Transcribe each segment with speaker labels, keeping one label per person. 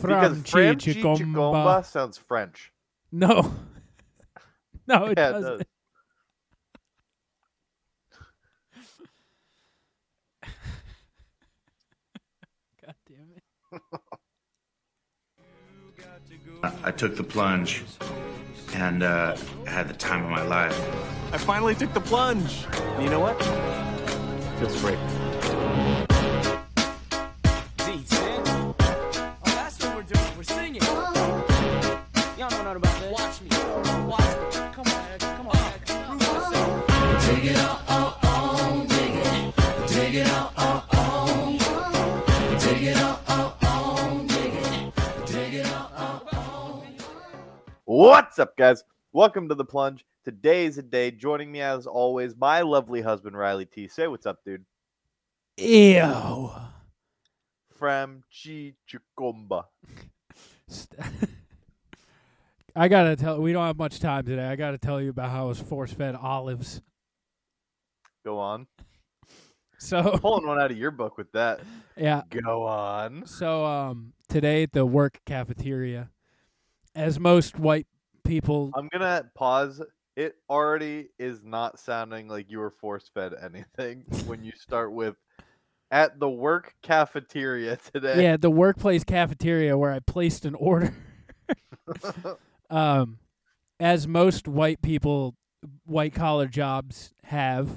Speaker 1: From
Speaker 2: because French Chicomba
Speaker 1: Chichicomba.
Speaker 2: sounds French.
Speaker 1: No. no, it
Speaker 2: yeah,
Speaker 1: doesn't.
Speaker 2: it does.
Speaker 1: God damn it.
Speaker 3: I took the plunge and uh, had the time of my life.
Speaker 4: I finally took the plunge. And you know what? Feels great.
Speaker 5: Oh, that's what we're doing. We're singing. Y'all know nothing about this. Watch me. Watch me. Come on, Ed. Come on, Ed. Prove yourself.
Speaker 2: What's up, guys? Welcome to the plunge. Today's a day. Joining me, as always, my lovely husband Riley T. Say what's up, dude.
Speaker 1: Ew.
Speaker 2: From Chichicomba.
Speaker 1: St- I gotta tell. We don't have much time today. I gotta tell you about how I was force fed olives.
Speaker 2: Go on.
Speaker 1: So
Speaker 2: Pulling one out of your book with that.
Speaker 1: yeah.
Speaker 2: Go on.
Speaker 1: So um, today at the work cafeteria, as most white people,
Speaker 2: I'm gonna pause. It already is not sounding like you were force fed anything when you start with at the work cafeteria today.
Speaker 1: yeah, the workplace cafeteria where I placed an order. um, as most white people, white collar jobs have,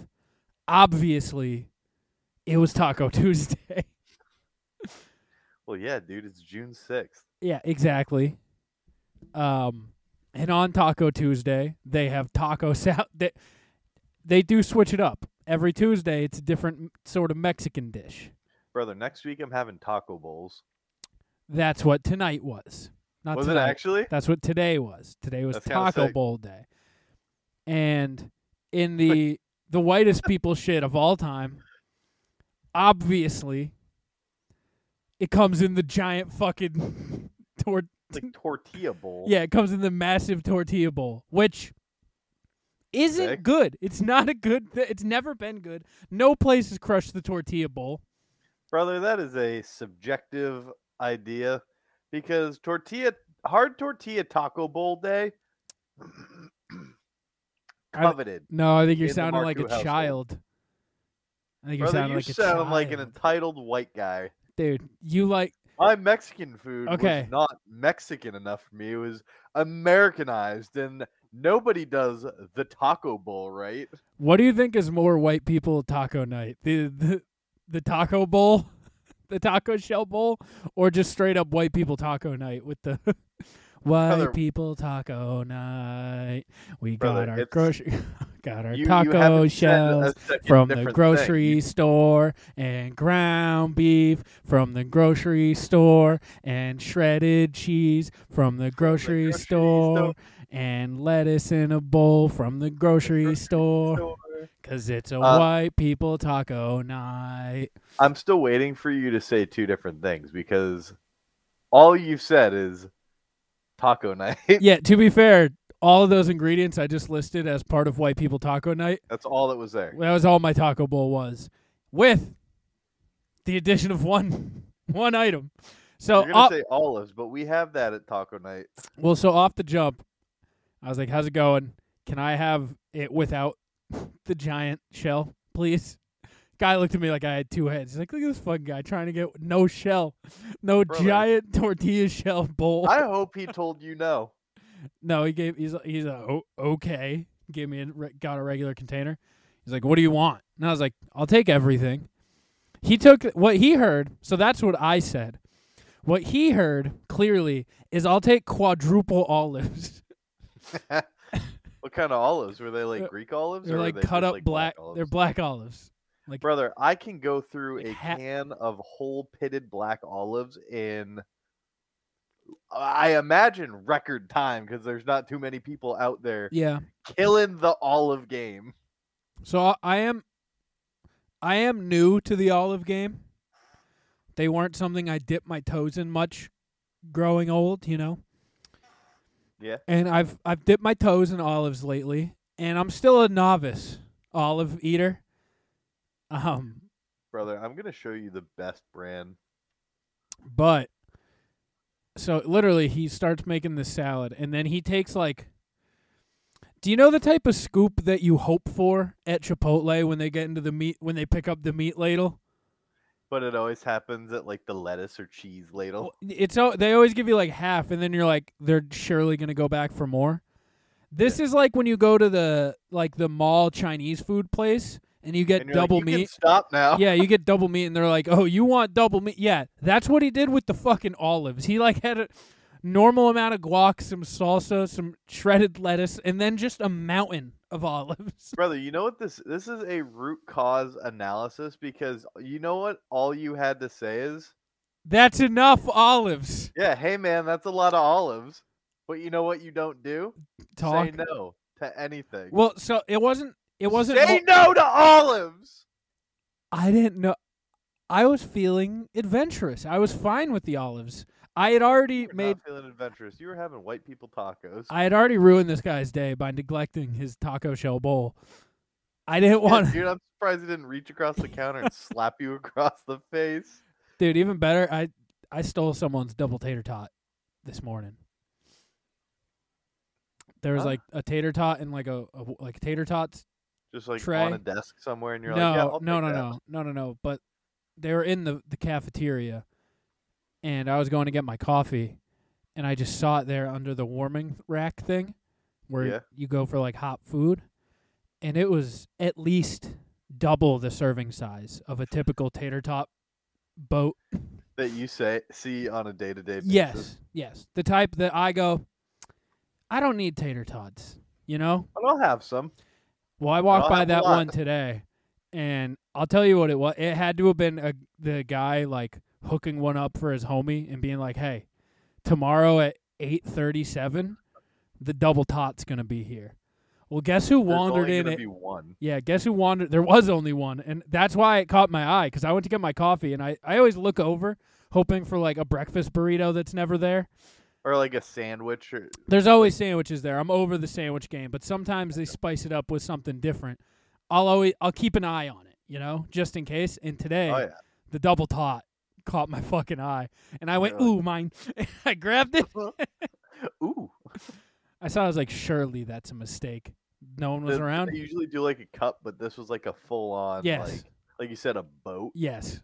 Speaker 1: obviously, it was Taco Tuesday.
Speaker 2: Well, yeah, dude, it's June 6th.
Speaker 1: Yeah, exactly. Um, and on Taco Tuesday, they have taco salad. They, they do switch it up every Tuesday. It's a different m- sort of Mexican dish.
Speaker 2: Brother, next week I'm having taco bowls.
Speaker 1: That's what tonight was. Not
Speaker 2: Was it
Speaker 1: tonight.
Speaker 2: actually?
Speaker 1: That's what today was. Today was
Speaker 2: That's kinda
Speaker 1: Taco
Speaker 2: sick.
Speaker 1: Bowl day. And in the the whitest people shit of all time, obviously, it comes in the giant fucking tort
Speaker 2: It's like tortilla bowl.
Speaker 1: Yeah, it comes in the massive tortilla bowl, which isn't
Speaker 2: Sick.
Speaker 1: good. It's not a good. Th- it's never been good. No place has crushed the tortilla bowl.
Speaker 2: Brother, that is a subjective idea because tortilla hard tortilla taco bowl day
Speaker 1: I-
Speaker 2: coveted.
Speaker 1: No, I think you're
Speaker 2: In the
Speaker 1: sounding like a
Speaker 2: Marku household.
Speaker 1: child. I think you're
Speaker 2: Brother,
Speaker 1: sounding
Speaker 2: you
Speaker 1: like a
Speaker 2: sound like an
Speaker 1: child.
Speaker 2: entitled white guy.
Speaker 1: dude. You like
Speaker 2: My Mexican food
Speaker 1: Okay.
Speaker 2: was not Mexican enough for me. It was Americanized, and nobody does the taco bowl right.
Speaker 1: what do you think is more white people taco night? The the, the taco bowl, the taco shell bowl, or just straight up white people taco night with the white
Speaker 2: Brother-
Speaker 1: people taco night. We
Speaker 2: Brother,
Speaker 1: got our
Speaker 2: it's-
Speaker 1: grocery, got our
Speaker 2: You- you
Speaker 1: taco
Speaker 2: haven't said a
Speaker 1: shells.
Speaker 2: second
Speaker 1: from the
Speaker 2: different
Speaker 1: grocery
Speaker 2: thing.
Speaker 1: store and ground beef from the grocery store and shredded cheese from the grocery,
Speaker 2: grocery
Speaker 1: store,
Speaker 2: store.
Speaker 1: and lettuce in a bowl from the grocery,
Speaker 2: grocery
Speaker 1: store.
Speaker 2: store.
Speaker 1: Cause it's a
Speaker 2: Uh,
Speaker 1: white people taco night.
Speaker 2: I'm still waiting for you to say two different things because all you've said is taco night.
Speaker 1: Yeah, to be fair, all of those ingredients I just listed as part of white people taco night.
Speaker 2: That's all that was there.
Speaker 1: That was all my taco bowl was, with the addition of one one item. So
Speaker 2: You're gonna
Speaker 1: op-
Speaker 2: say olives, but we have that at taco night.
Speaker 1: Well, so off the jump, I was like, "How's it going? Can I have it without the giant shell, please?" Guy looked at me like I had two heads. He's like, "Look at this fucking guy trying to get no shell, no
Speaker 2: Brother.
Speaker 1: giant tortilla shell bowl."
Speaker 2: I hope he told you no.
Speaker 1: no, he gave. He's he's like, oh, okay. Gave me a re- got a regular container. He's like, "What do you want?" And I was like, "I'll take everything." He took what he heard. So that's what I said. What he heard clearly is, "I'll take quadruple olives."
Speaker 2: What kind of olives were they? Like
Speaker 1: Uh,
Speaker 2: Greek olives?
Speaker 1: They're
Speaker 2: or were
Speaker 1: like
Speaker 2: they
Speaker 1: cut
Speaker 2: just,
Speaker 1: up
Speaker 2: like,
Speaker 1: black.
Speaker 2: olives?
Speaker 1: they're black olives. Like
Speaker 2: Brother, I can go through
Speaker 1: Like
Speaker 2: a
Speaker 1: ha-
Speaker 2: can of whole pitted black olives in I imagine record time because there's not too many people out there
Speaker 1: yeah.
Speaker 2: killing the olive game.
Speaker 1: So I- I am, I am new to the olive game. They weren't something I dipped my toes in much, growing old. You know.
Speaker 2: Yeah.
Speaker 1: And I've I've dipped my toes in olives lately, and I'm still a novice olive eater. Um,
Speaker 2: Brother, I'm gonna show you the best brand.
Speaker 1: but so literally he starts making this salad and then he takes like do you know the type of scoop that you hope for at Chipotle when they get into the meat when they pick up the meat ladle?
Speaker 2: But it always happens at like the lettuce or cheese ladle.
Speaker 1: It's al- they always give you like half and then you're like they're surely going to go back for more. This is like when you go to the like the mall Chinese food place and you get
Speaker 2: And you're like,
Speaker 1: double
Speaker 2: "You can
Speaker 1: meat.
Speaker 2: stop now.
Speaker 1: yeah, you get double meat, and they're like, "Oh, you want double meat?" Yeah, that's what he did with the fucking olives. He like had a normal amount of guac, some salsa, some shredded lettuce, and then just a mountain of olives.
Speaker 2: Brother, you know what this this is a root cause analysis because uh, you know what all you had to say is,
Speaker 1: That's enough olives.
Speaker 2: yeah, hey man, that's a lot of olives. But you know what you don't do?
Speaker 1: Talk.
Speaker 2: Say no to anything.
Speaker 1: Well, so it wasn't. It wasn't.
Speaker 2: Say
Speaker 1: mo-
Speaker 2: no to olives.
Speaker 1: I didn't know. I was feeling adventurous. I was fine with the olives. I had already
Speaker 2: You're
Speaker 1: made.
Speaker 2: not feeling adventurous. You were having white people tacos.
Speaker 1: I had already ruined this guy's day by neglecting his taco shell bowl. I didn't
Speaker 2: Yeah,
Speaker 1: want
Speaker 2: Dude, I'm surprised he didn't reach across the counter and slap you across the face.
Speaker 1: Dude, even better, I I stole someone's double tater tot this morning. There was
Speaker 2: Huh?
Speaker 1: like a tater tot and like a, a w- like tater tots.
Speaker 2: Just like on
Speaker 1: Tray?
Speaker 2: a desk somewhere and you're
Speaker 1: No,
Speaker 2: like, yeah, I'll
Speaker 1: no,
Speaker 2: take
Speaker 1: no,
Speaker 2: that.
Speaker 1: no, no, no, no. But they were in the the cafeteria, and I was going to get my coffee, and I just saw it there under the warming rack thing, where
Speaker 2: Yeah.
Speaker 1: you go for like hot food, and it was at least double the serving size of a typical tater tot boat
Speaker 2: That you say see on a day to day basis.
Speaker 1: Yes, yes. The type that I go, I don't need tater tots. You know.
Speaker 2: But I'll have some.
Speaker 1: Well, I walked
Speaker 2: I'll
Speaker 1: by
Speaker 2: have a
Speaker 1: that
Speaker 2: lot.
Speaker 1: one today, and I'll tell you what it was. It had to have been a, the guy like hooking one up for his homie and being like, "Hey, tomorrow at eight thirty-seven, the double tot's gonna be here." Well, guess who
Speaker 2: There's
Speaker 1: wandered
Speaker 2: only
Speaker 1: in
Speaker 2: gonna
Speaker 1: at
Speaker 2: Be one.
Speaker 1: yeah, guess who wandered? There was only one, and that's why it caught my eye because I went to get my coffee, and I, I always look over hoping for like a breakfast burrito that's never there.
Speaker 2: Or like a sandwich or
Speaker 1: There's always sandwiches there. I'm over the sandwich game, but sometimes they spice it up with something different. I'll always I'll keep an eye on it, you know, just in case. And today,
Speaker 2: Oh yeah.
Speaker 1: the double tot caught my fucking eye, and I went,
Speaker 2: Really?
Speaker 1: "Ooh, mine!" I grabbed it.
Speaker 2: Ooh.
Speaker 1: I saw. I was like, "Surely that's a mistake." No one was
Speaker 2: They-
Speaker 1: around.
Speaker 2: They usually do like a cup, but this was like a full on
Speaker 1: Yes.
Speaker 2: like like you said, a boat.
Speaker 1: Yes,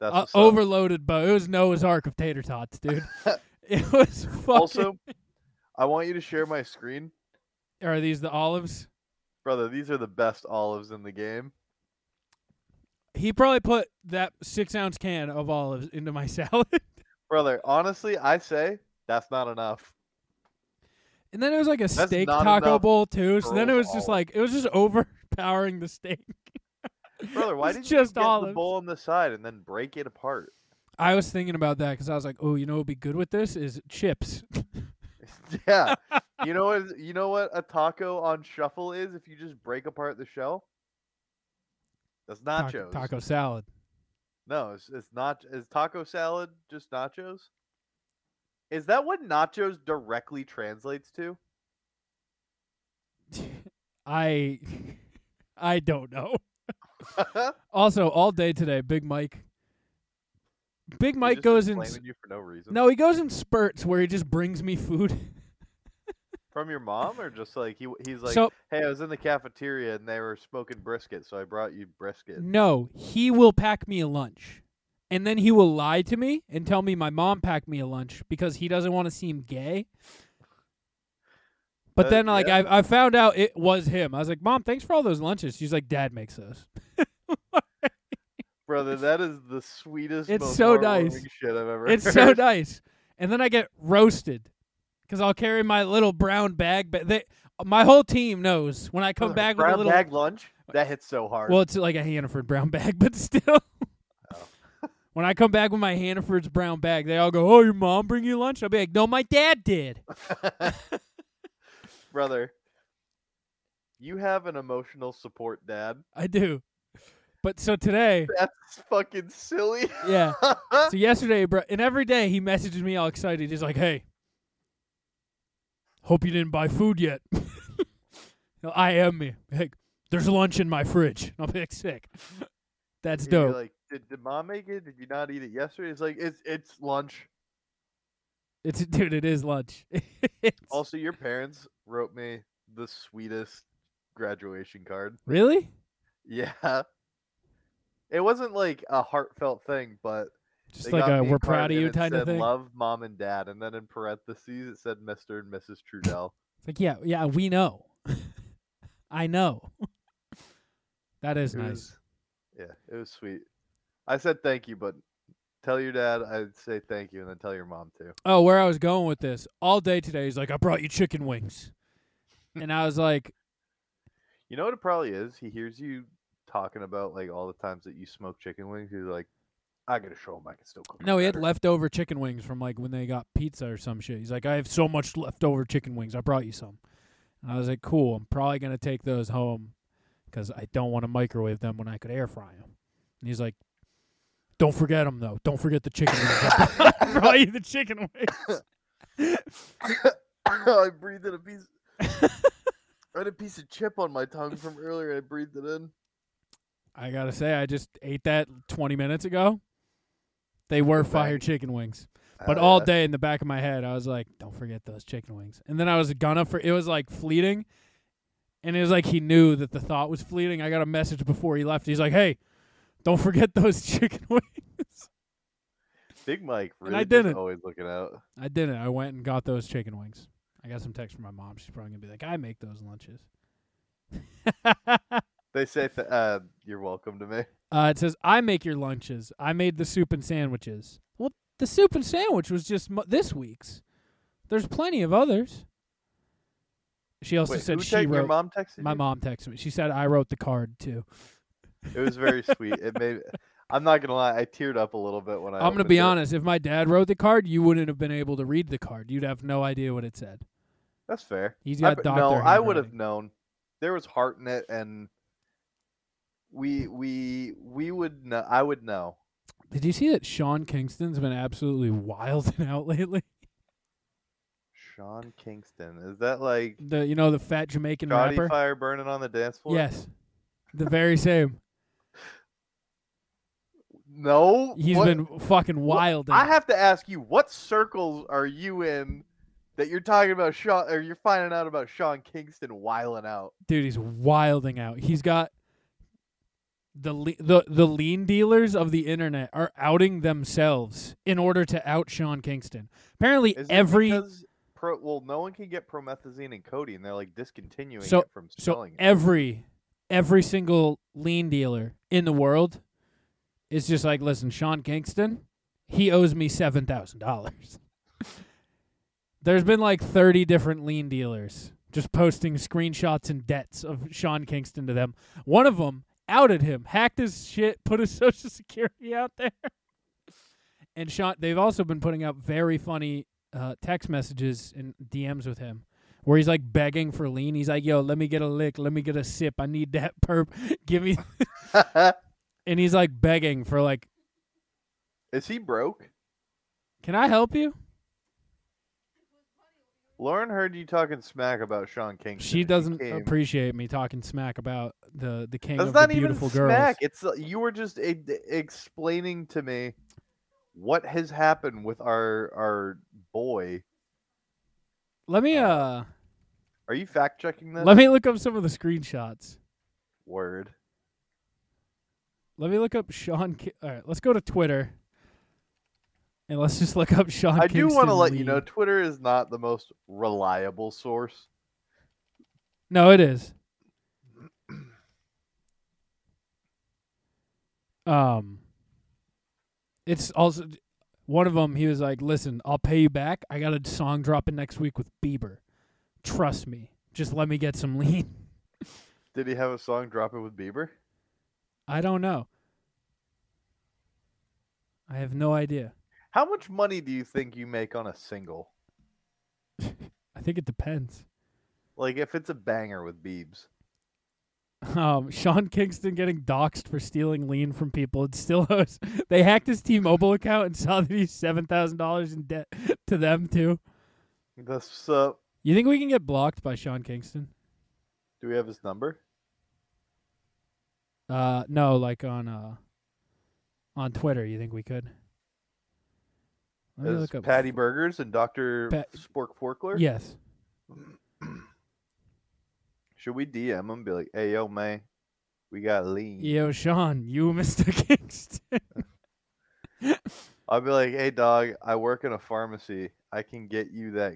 Speaker 2: That's
Speaker 1: uh,
Speaker 2: what's up.
Speaker 1: overloaded, but it was Noah's Ark of tater tots, dude. it was fucking.
Speaker 2: Also, I want you to share my screen.
Speaker 1: are these the olives?
Speaker 2: Brother, these are the best olives in the game.
Speaker 1: He probably put that six ounce can of olives into my salad.
Speaker 2: Brother, honestly, I say that's not enough.
Speaker 1: And then it was like a
Speaker 2: That's
Speaker 1: steak
Speaker 2: not
Speaker 1: taco
Speaker 2: enough
Speaker 1: bowl too. So
Speaker 2: for
Speaker 1: then it was just
Speaker 2: olives.
Speaker 1: like it was just overpowering the steak.
Speaker 2: Brother, why
Speaker 1: It's
Speaker 2: did
Speaker 1: just
Speaker 2: you get
Speaker 1: olives.
Speaker 2: the bowl on the side and then break it apart?
Speaker 1: I was thinking about that because I was like, oh, you know, what'd be good with this is chips.
Speaker 2: yeah. You know what you know what a taco on shuffle is if you just break apart the shell? That's
Speaker 1: Taco,
Speaker 2: nachos.
Speaker 1: taco salad.
Speaker 2: No, it's, it's not is taco salad just nachos? Is that what nachos directly translates to?
Speaker 1: I I don't know. Also, all day today, Big Mike. Big Mike goes in.
Speaker 2: in
Speaker 1: s-
Speaker 2: you for no reason.
Speaker 1: No, he goes in spurts where he just brings me food.
Speaker 2: From your mom or just like he he's like,
Speaker 1: so
Speaker 2: "Hey, I was in the cafeteria and they were smoking brisket, so I brought you brisket."
Speaker 1: No, he will pack me a lunch. And then he will lie to me and tell me my mom packed me a lunch because he doesn't want to seem gay. But
Speaker 2: Uh,
Speaker 1: then, like,
Speaker 2: yeah.
Speaker 1: I, I found out it was him. I was like, Mom, thanks for all those lunches. She's like, Dad makes those.
Speaker 2: Brother, that is the sweetest
Speaker 1: It's
Speaker 2: most
Speaker 1: so
Speaker 2: heartwarming
Speaker 1: nice.
Speaker 2: shit I've ever
Speaker 1: It's
Speaker 2: heard.
Speaker 1: so nice. And then I get roasted because I'll carry my little brown bag. But they, my whole team knows when I come
Speaker 2: Brother,
Speaker 1: back with
Speaker 2: brown
Speaker 1: a little.
Speaker 2: bag lunch. That hits so hard. Oh.
Speaker 1: Well, it's like a Hannaford brown bag, but still. when I come back with my Hannaford's brown bag, they all go, "Oh, your mom bring you lunch?" I'll be like, "No, my dad did."
Speaker 2: brother, you have an emotional support dad.
Speaker 1: I do. But so today,
Speaker 2: That's fucking silly.
Speaker 1: yeah. So yesterday, bro, and every day he messages me all excited. He's like, "Hey, hope you didn't buy food yet." He'll IM me. Like, there's lunch in my fridge. And I'll be like, "Sick." That's
Speaker 2: And you're
Speaker 1: dope.
Speaker 2: Like, did, did mom make it? Did you not eat it yesterday? It's like it's it's lunch.
Speaker 1: It's dude, it is lunch. It's-
Speaker 2: Also, your parents wrote me the sweetest graduation card.
Speaker 1: really?
Speaker 2: Yeah. It wasn't like a heartfelt thing, but
Speaker 1: Just
Speaker 2: they
Speaker 1: like
Speaker 2: got
Speaker 1: a
Speaker 2: me
Speaker 1: we're
Speaker 2: card
Speaker 1: proud of
Speaker 2: and
Speaker 1: you
Speaker 2: it
Speaker 1: kind
Speaker 2: said,
Speaker 1: of thing.
Speaker 2: Love mom and dad, and then in parentheses it said Mr. and Mrs. Trudell.
Speaker 1: It's like yeah, yeah, we know. I know. that is
Speaker 2: It
Speaker 1: nice.
Speaker 2: was- yeah, it was sweet. I said thank you, but tell your dad I'd say thank you, and then tell your mom too.
Speaker 1: oh, where I was going with this all day today. He's like, I brought you chicken wings, and I was like,
Speaker 2: You know what it probably is? He hears you talking about like all the times that you smoke chicken wings. He's like, I gotta show him I can still cook. 'em
Speaker 1: No, he had
Speaker 2: better."
Speaker 1: leftover chicken wings from like when they got pizza or some shit. He's like, I have so much leftover chicken wings. I brought you some. And I was like, cool. I'm probably gonna take those home because I don't want to microwave them when I could air fry them. And he's like, don't forget them though. Don't forget the chicken wings. I brought you the chicken wings.
Speaker 2: I breathed in a piece. I had a piece of chip on my tongue from earlier. and I breathed it in.
Speaker 1: I gotta say, I just ate that 20 minutes ago. They were fire chicken wings. But
Speaker 2: Hell
Speaker 1: all
Speaker 2: yeah.
Speaker 1: day in the back of my head, I was like, "Don't forget those chicken wings." And then I was gonna for it was like fleeting, and it was like he knew that the thought was fleeting. I got a message before he left. He's like, "Hey, don't forget those chicken wings."
Speaker 2: Big Mike
Speaker 1: And
Speaker 2: really
Speaker 1: I
Speaker 2: just
Speaker 1: didn't.
Speaker 2: always looking out.
Speaker 1: I didn't. I went and got those chicken wings. I got some text from my mom. She's probably gonna be like, "I make those lunches."
Speaker 2: They say, th- uh, "You're welcome to me."
Speaker 1: Uh, it says, "I make your lunches. I made the soup and sandwiches." Well, the soup and sandwich was just mu- this week's. There's plenty of others. She also
Speaker 2: Wait,
Speaker 1: said
Speaker 2: who
Speaker 1: she
Speaker 2: text-
Speaker 1: wrote.
Speaker 2: your mom texted
Speaker 1: My
Speaker 2: you?
Speaker 1: mom texted me. She said I wrote the card too.
Speaker 2: It was very sweet. It made. I'm not gonna lie. I teared up a little bit when I.
Speaker 1: I'm gonna
Speaker 2: opened
Speaker 1: be
Speaker 2: it.
Speaker 1: honest. If my dad wrote the card, you wouldn't have been able to read the card. You'd have no idea what it said.
Speaker 2: That's fair.
Speaker 1: He's
Speaker 2: I
Speaker 1: got
Speaker 2: bet-
Speaker 1: doctor.
Speaker 2: No, I would have
Speaker 1: handwriting.
Speaker 2: known. There was heart in it, and we we we would know. I would know.
Speaker 1: Did you see that Sean Kingston's been absolutely wilding out lately?
Speaker 2: Sean Kingston is that like
Speaker 1: The you know the fat Jamaican
Speaker 2: Shoddy
Speaker 1: rapper.
Speaker 2: fire burning on the dance floor?
Speaker 1: Yes, the very same.
Speaker 2: No.
Speaker 1: He's
Speaker 2: what-
Speaker 1: been fucking
Speaker 2: what-
Speaker 1: wild.
Speaker 2: I have to ask you, what circles are you in that you're talking about Sean, or you're finding out about Sean Kingston whiling out?
Speaker 1: dude he's wilding out he's got the le- the the lean dealers of the internet are outing themselves in order to out Sean Kingston. Apparently
Speaker 2: Is it
Speaker 1: every
Speaker 2: because pro, well, no one can get promethazine and codeine. They're like discontinuing
Speaker 1: So-
Speaker 2: it from
Speaker 1: so
Speaker 2: selling it.
Speaker 1: every every single lean dealer in the world is just like listen Sean Kingston he owes me $7,000. There's been like 30 different lean dealers just posting screenshots and debts of Sean Kingston to them. One of them outed him, hacked his shit, put his social security out there. And Sean, they've also been putting out very funny uh, text messages and DMs with him where he's like begging for lean. He's like, yo, let me get a lick. Let me get a sip. I need that perp. Give me. and he's like begging for like,
Speaker 2: Is he broke?
Speaker 1: can I help you?
Speaker 2: Lauren heard you talking smack about Sean Kingston. and
Speaker 1: She doesn't
Speaker 2: came.
Speaker 1: appreciate me talking smack about the the king
Speaker 2: That's
Speaker 1: of the
Speaker 2: not even
Speaker 1: beautiful girls.
Speaker 2: smack. It's uh, you were just e- d- explaining to me what has happened with our our boy.
Speaker 1: Let
Speaker 2: Oh.
Speaker 1: me uh
Speaker 2: Are you fact checking this?
Speaker 1: let me look up some of the screenshots.
Speaker 2: Word.
Speaker 1: Let me look up Sean. Ki- All right, let's go to Twitter, and let's just look up Sean.
Speaker 2: I do want to
Speaker 1: Kingston
Speaker 2: let you know
Speaker 1: Lee.
Speaker 2: Twitter is not the most reliable source.
Speaker 1: No, it is. Um, it's also one of them. He was like, "Listen, I'll pay you back. I got a song dropping next week with Bieber. Trust me. Just let me get some lean."
Speaker 2: Did he have a song dropping with Bieber?
Speaker 1: I don't know. I have no idea.
Speaker 2: How much money do you think you make on a single?
Speaker 1: I think it depends.
Speaker 2: Like if it's a banger with Biebs.
Speaker 1: Um, Sean Kingston getting doxxed for stealing lean from people and still owes. They hacked his T-Mobile account and saw that he's seven thousand dollars in debt to them too.
Speaker 2: That's uh
Speaker 1: You think we can get blocked by Sean Kingston?
Speaker 2: do we have his number?
Speaker 1: Uh, no, like on uh, on Twitter. You think we could? Let me
Speaker 2: as
Speaker 1: look up.
Speaker 2: Patty Burgers and Doctor
Speaker 1: Pa-
Speaker 2: Spork Forkler.
Speaker 1: Yes.
Speaker 2: Should we DM him and be like, "Hey, yo, man, we got lean."
Speaker 1: Yo, Sean, you Mr. Kingston.
Speaker 2: I'll be like, "Hey, dog, I work in a pharmacy. I can get you that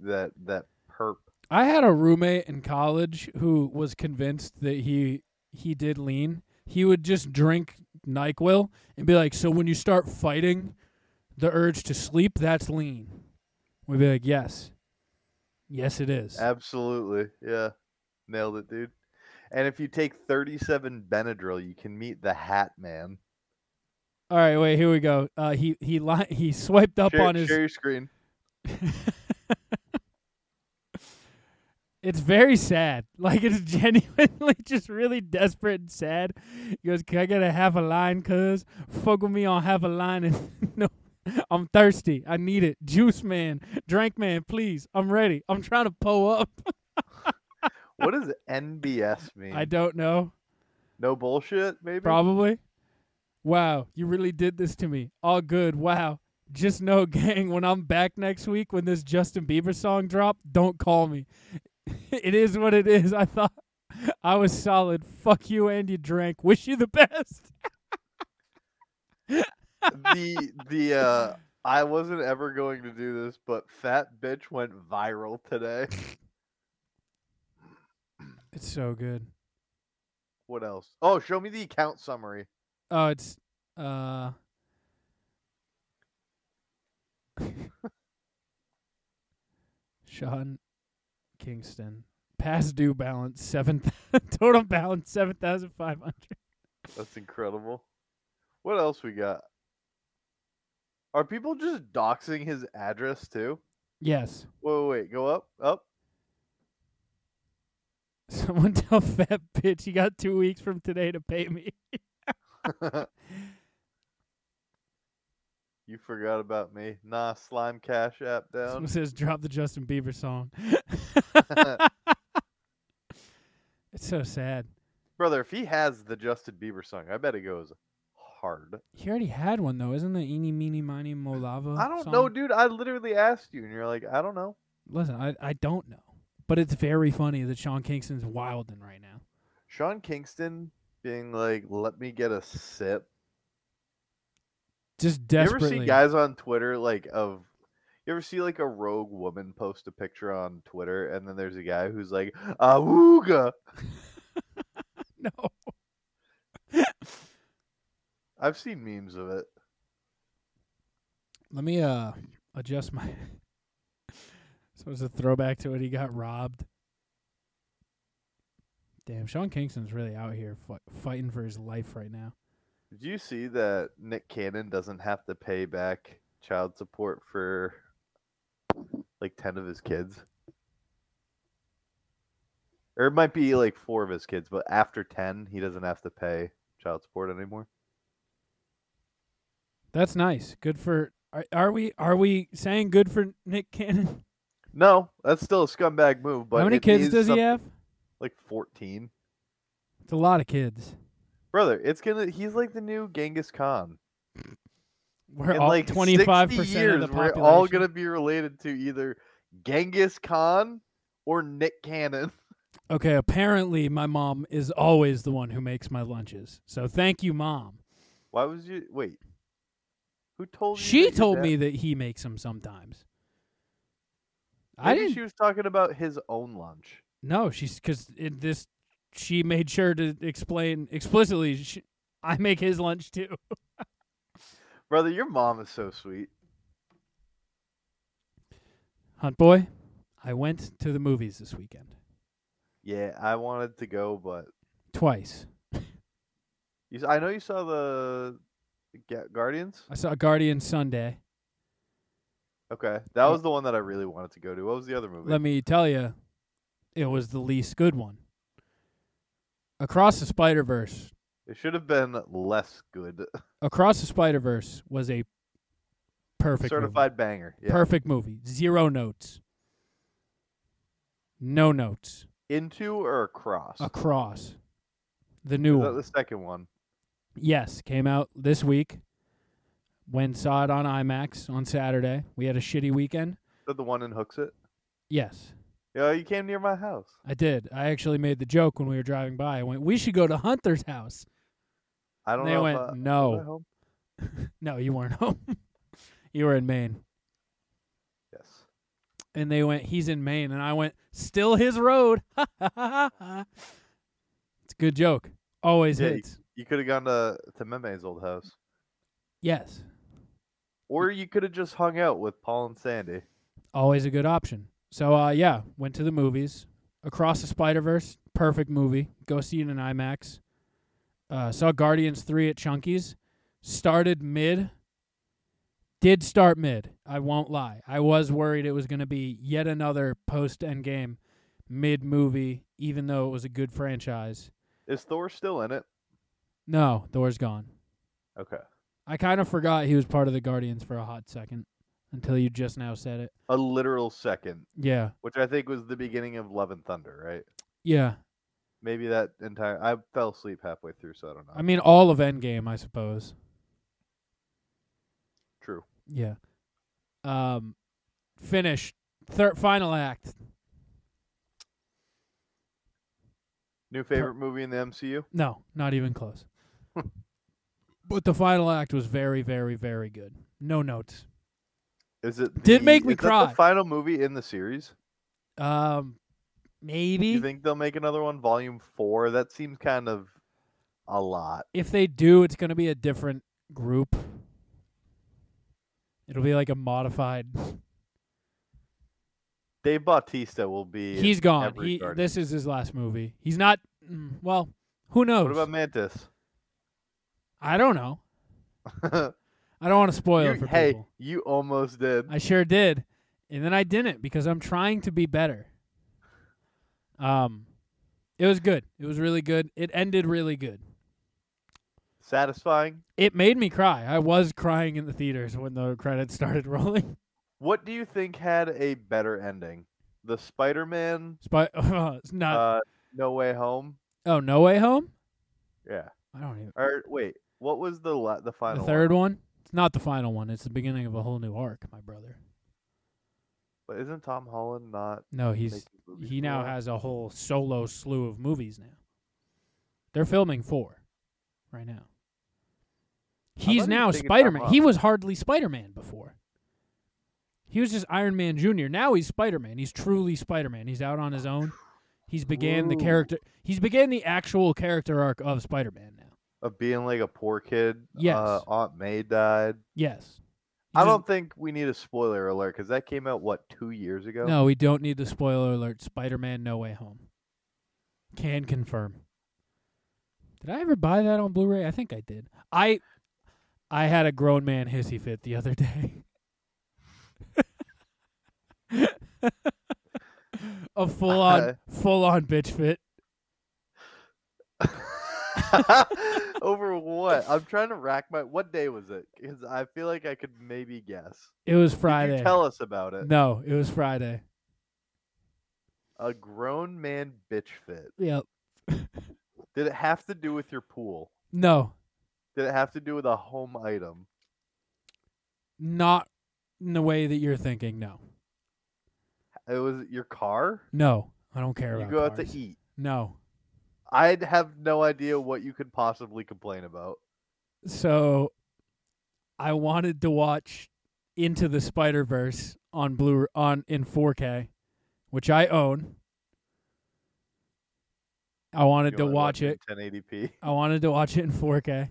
Speaker 2: that that perp."
Speaker 1: I had a roommate in college who was convinced that he he did lean. He would just drink NyQuil and be like, "So when you start fighting the urge to sleep, that's lean." We'd be like, "Yes, yes, it is."
Speaker 2: Absolutely, yeah, nailed it, dude. And if you take thirty-seven Benadryl, you can meet the Hat Man.
Speaker 1: All right, wait, here we go. Uh, he he li- he swiped up
Speaker 2: Share,
Speaker 1: on his.
Speaker 2: share your screen.
Speaker 1: It's very sad. Like it's genuinely just really desperate and sad. He goes, "Can I get a half a line, cuz? Fuck with me on half a line and no." I'm thirsty. I need it. Juice man, drink man, please. I'm ready. I'm trying to pull up.
Speaker 2: What does NBS mean?
Speaker 1: I don't know.
Speaker 2: No bullshit, maybe.
Speaker 1: Probably. Wow, you really did this to me. All good. Wow. Just know, gang, when I'm back next week, when this Justin Bieber song drop, don't call me. it is what it is. I thought I was solid. Fuck you and you drank. Wish you the best.
Speaker 2: the the uh I wasn't ever going to do this, but fat bitch went viral today.
Speaker 1: It's so good.
Speaker 2: What else? Oh, show me the account summary.
Speaker 1: Oh, it's uh Sean Kingston. Past due balance seven total balance seven thousand five hundred.
Speaker 2: That's incredible. What else we got? Are people just doxing his address too?
Speaker 1: Yes.
Speaker 2: Wait, wait, wait, go up, up.
Speaker 1: Someone tell fat bitch you got two weeks from today to pay me.
Speaker 2: You forgot about me. Nah, slime cash app
Speaker 1: Someone
Speaker 2: down.
Speaker 1: says drop the Justin Bieber song. it's so sad.
Speaker 2: Brother, if he has the Justin Bieber song, I bet it goes hard.
Speaker 1: He already had one though, isn't it? Eeny meeny miny mo lava.
Speaker 2: I don't
Speaker 1: song?
Speaker 2: know, dude. I literally asked you, and you're like, I don't know.
Speaker 1: Listen, I, I don't know. But it's very funny that Sean Kingston's wilding right now.
Speaker 2: Sean Kingston being like, "Let me get a sip."
Speaker 1: Just
Speaker 2: You ever
Speaker 1: desperately.
Speaker 2: see guys on Twitter like of? You ever see like a rogue woman post a picture on Twitter, and then there's a guy who's like, "Awooga."
Speaker 1: no.
Speaker 2: I've seen memes of it.
Speaker 1: Let me uh adjust my So it's a throwback to when he got robbed. Damn, Sean Kingston's really out here fi- fighting for his life right now.
Speaker 2: Did you see that Nick Cannon doesn't have to pay back child support for like ten of his kids? Or it might be like four of his kids, but after ten, he doesn't have to pay child support anymore.
Speaker 1: That's nice. Good for are, are we are we saying good for Nick Cannon?
Speaker 2: No, that's still a scumbag move. But
Speaker 1: How many
Speaker 2: it
Speaker 1: kids
Speaker 2: is
Speaker 1: does
Speaker 2: some-
Speaker 1: he have?
Speaker 2: Like fourteen,
Speaker 1: It's a lot of kids.
Speaker 2: brother. It's gonna. He's like the new Genghis Khan.
Speaker 1: We're
Speaker 2: In
Speaker 1: all
Speaker 2: like 60
Speaker 1: 25%
Speaker 2: years,
Speaker 1: of the
Speaker 2: we're
Speaker 1: population.
Speaker 2: all gonna be related to either Genghis Khan or Nick Cannon.
Speaker 1: Okay, apparently my mom is always the one who makes my lunches. So thank you, mom.
Speaker 2: Why was you wait? Who told you? that
Speaker 1: She
Speaker 2: your
Speaker 1: told
Speaker 2: dad-
Speaker 1: me that he makes them sometimes. I
Speaker 2: Maybe
Speaker 1: didn't
Speaker 2: She was talking about his own lunch.
Speaker 1: No, she's because in this, she made sure to explain explicitly. Sh I make his lunch too.
Speaker 2: Brother, your mom is so sweet.
Speaker 1: Hunt boy, I went to the movies this weekend
Speaker 2: Yeah, I wanted to go, but
Speaker 1: twice.
Speaker 2: you, s- I know you saw the Ga- Guardians.
Speaker 1: I saw Guardian Sunday.
Speaker 2: Okay, that
Speaker 1: uh,
Speaker 2: was the one that I really wanted to go to. What was the other movie?
Speaker 1: Let me tell you, it was the least good one. Across the Spider Verse,
Speaker 2: It should have been less good.
Speaker 1: Across the Spider Verse was a perfect movie.
Speaker 2: Certified banger. Yeah.
Speaker 1: perfect movie. Zero notes. No notes
Speaker 2: Into or across?
Speaker 1: across the
Speaker 2: Is
Speaker 1: new
Speaker 2: that
Speaker 1: one.
Speaker 2: the second one?
Speaker 1: Yes, came out this week. Went saw it on IMAX on Saturday. We had a shitty weekend.
Speaker 2: Did the one in hooks it?
Speaker 1: Yes,
Speaker 2: Yeah, you came near my house.
Speaker 1: I did. I actually made the joke when we were driving by. I went, "We should go to Hunter's house."
Speaker 2: I don't
Speaker 1: They
Speaker 2: know.
Speaker 1: went,
Speaker 2: if I, was
Speaker 1: "No."
Speaker 2: I home?
Speaker 1: No, you weren't home. you were in Maine.
Speaker 2: Yes.
Speaker 1: And they went, "He's in Maine," and I went, "Still his road." it's a good joke. Always
Speaker 2: Yeah,
Speaker 1: hits.
Speaker 2: You could have gone to to Meme's old house,
Speaker 1: Yes,
Speaker 2: or you could have just hung out with Paul and Sandy.
Speaker 1: always a good option. So uh, yeah, went to the movies. Across the Spider Verse, perfect movie. Go see it in IMAX. Uh, saw Guardians three at Chunky's. Started mid. Did start mid. I won't lie. I was worried it was going to be yet another post Endgame mid movie, even though it was a good franchise.
Speaker 2: Is Thor still in it?
Speaker 1: No, Thor's gone.
Speaker 2: Okay.
Speaker 1: I kind of forgot he was part of the Guardians for a hot second until you just now said it.
Speaker 2: A literal second,
Speaker 1: Yeah,
Speaker 2: which I think was the beginning of Love and Thunder, right?
Speaker 1: yeah.
Speaker 2: Maybe that entire. I fell asleep halfway through, so I don't know.
Speaker 1: I mean, all of Endgame, I suppose.
Speaker 2: true.
Speaker 1: Yeah. Um, finish third final act.
Speaker 2: New favorite movie in the MCU?
Speaker 1: No, not even close. but the final act was very, very, very good. No notes.
Speaker 2: Is it?
Speaker 1: Did
Speaker 2: the-
Speaker 1: make me
Speaker 2: is that the
Speaker 1: cry.
Speaker 2: final movie in the series.
Speaker 1: Um, maybe
Speaker 2: You think they'll make another one, Volume Four? That seems kind of a lot.
Speaker 1: if they do, it's gonna be a different group. It'll be like a modified.
Speaker 2: Dave Bautista will be. in
Speaker 1: He's gone.
Speaker 2: every
Speaker 1: He
Speaker 2: Guardian.
Speaker 1: this is his last movie. He's not. mm, Well, who knows?
Speaker 2: What about Mantis?
Speaker 1: I don't know. I don't want to spoil
Speaker 2: You-
Speaker 1: it for
Speaker 2: hey,
Speaker 1: people.
Speaker 2: you almost did.
Speaker 1: I sure did. And then I didn't because I'm trying to be better. Um it was good. It was really good. It ended really good.
Speaker 2: Satisfying.
Speaker 1: It made me cry. I was crying in the theaters when the credits started rolling.
Speaker 2: What do you think had a better ending? The Spider-Man,
Speaker 1: But it's not
Speaker 2: uh, No Way Home.
Speaker 1: Oh, No Way Home?
Speaker 2: Yeah.
Speaker 1: I don't even
Speaker 2: Or wait, what was the la- the final?
Speaker 1: The third one? It's not the final one. It's the beginning of a whole new arc, my brother.
Speaker 2: But isn't Tom Holland not?
Speaker 1: No, he's
Speaker 2: making movies
Speaker 1: he now
Speaker 2: anymore?
Speaker 1: has a whole solo slew of movies now. They're filming four right now. He's
Speaker 2: even
Speaker 1: now
Speaker 2: thinking
Speaker 1: Spider Man.
Speaker 2: about
Speaker 1: He
Speaker 2: Marvel.
Speaker 1: was hardly Spider Man before. He was just Iron Man Jr. Now he's Spider Man. He's truly Spider Man. He's out on his own. He's began the
Speaker 2: True.
Speaker 1: character he's began the actual character arc of Spider Man now.
Speaker 2: of being like a poor kid.
Speaker 1: Yes.
Speaker 2: Uh, Aunt May died.
Speaker 1: Yes. He
Speaker 2: I
Speaker 1: just-
Speaker 2: don't think we need a spoiler alert because that came out what two years ago.
Speaker 1: No, we don't need the spoiler alert. Spider Man No Way Home. Can confirm. Did I ever buy that on Blu ray? I think I did. I I had a grown man hissy fit the other day. a full on full on bitch fit.
Speaker 2: Over what? I'm trying to rack my. What day was it? Because I feel like I could maybe guess.
Speaker 1: It was
Speaker 2: Did
Speaker 1: Friday.
Speaker 2: you tell us about it?
Speaker 1: no, it was Friday.
Speaker 2: A grown man bitch fit.
Speaker 1: Yep.
Speaker 2: Did it have to do with your pool?
Speaker 1: No.
Speaker 2: Did it have to do with a home item?
Speaker 1: Not in the way that you're thinking, no.
Speaker 2: It was your car.
Speaker 1: No. I don't care
Speaker 2: you
Speaker 1: about
Speaker 2: go out
Speaker 1: cars.
Speaker 2: to eat.
Speaker 1: No.
Speaker 2: I'd have no idea what you could possibly complain about.
Speaker 1: so I wanted to watch Into the Spider Verse on blue on in 4K, which I own. I wanted
Speaker 2: You
Speaker 1: to
Speaker 2: wanna
Speaker 1: watch
Speaker 2: in
Speaker 1: it.
Speaker 2: 1080p.
Speaker 1: I wanted to watch it in 4K,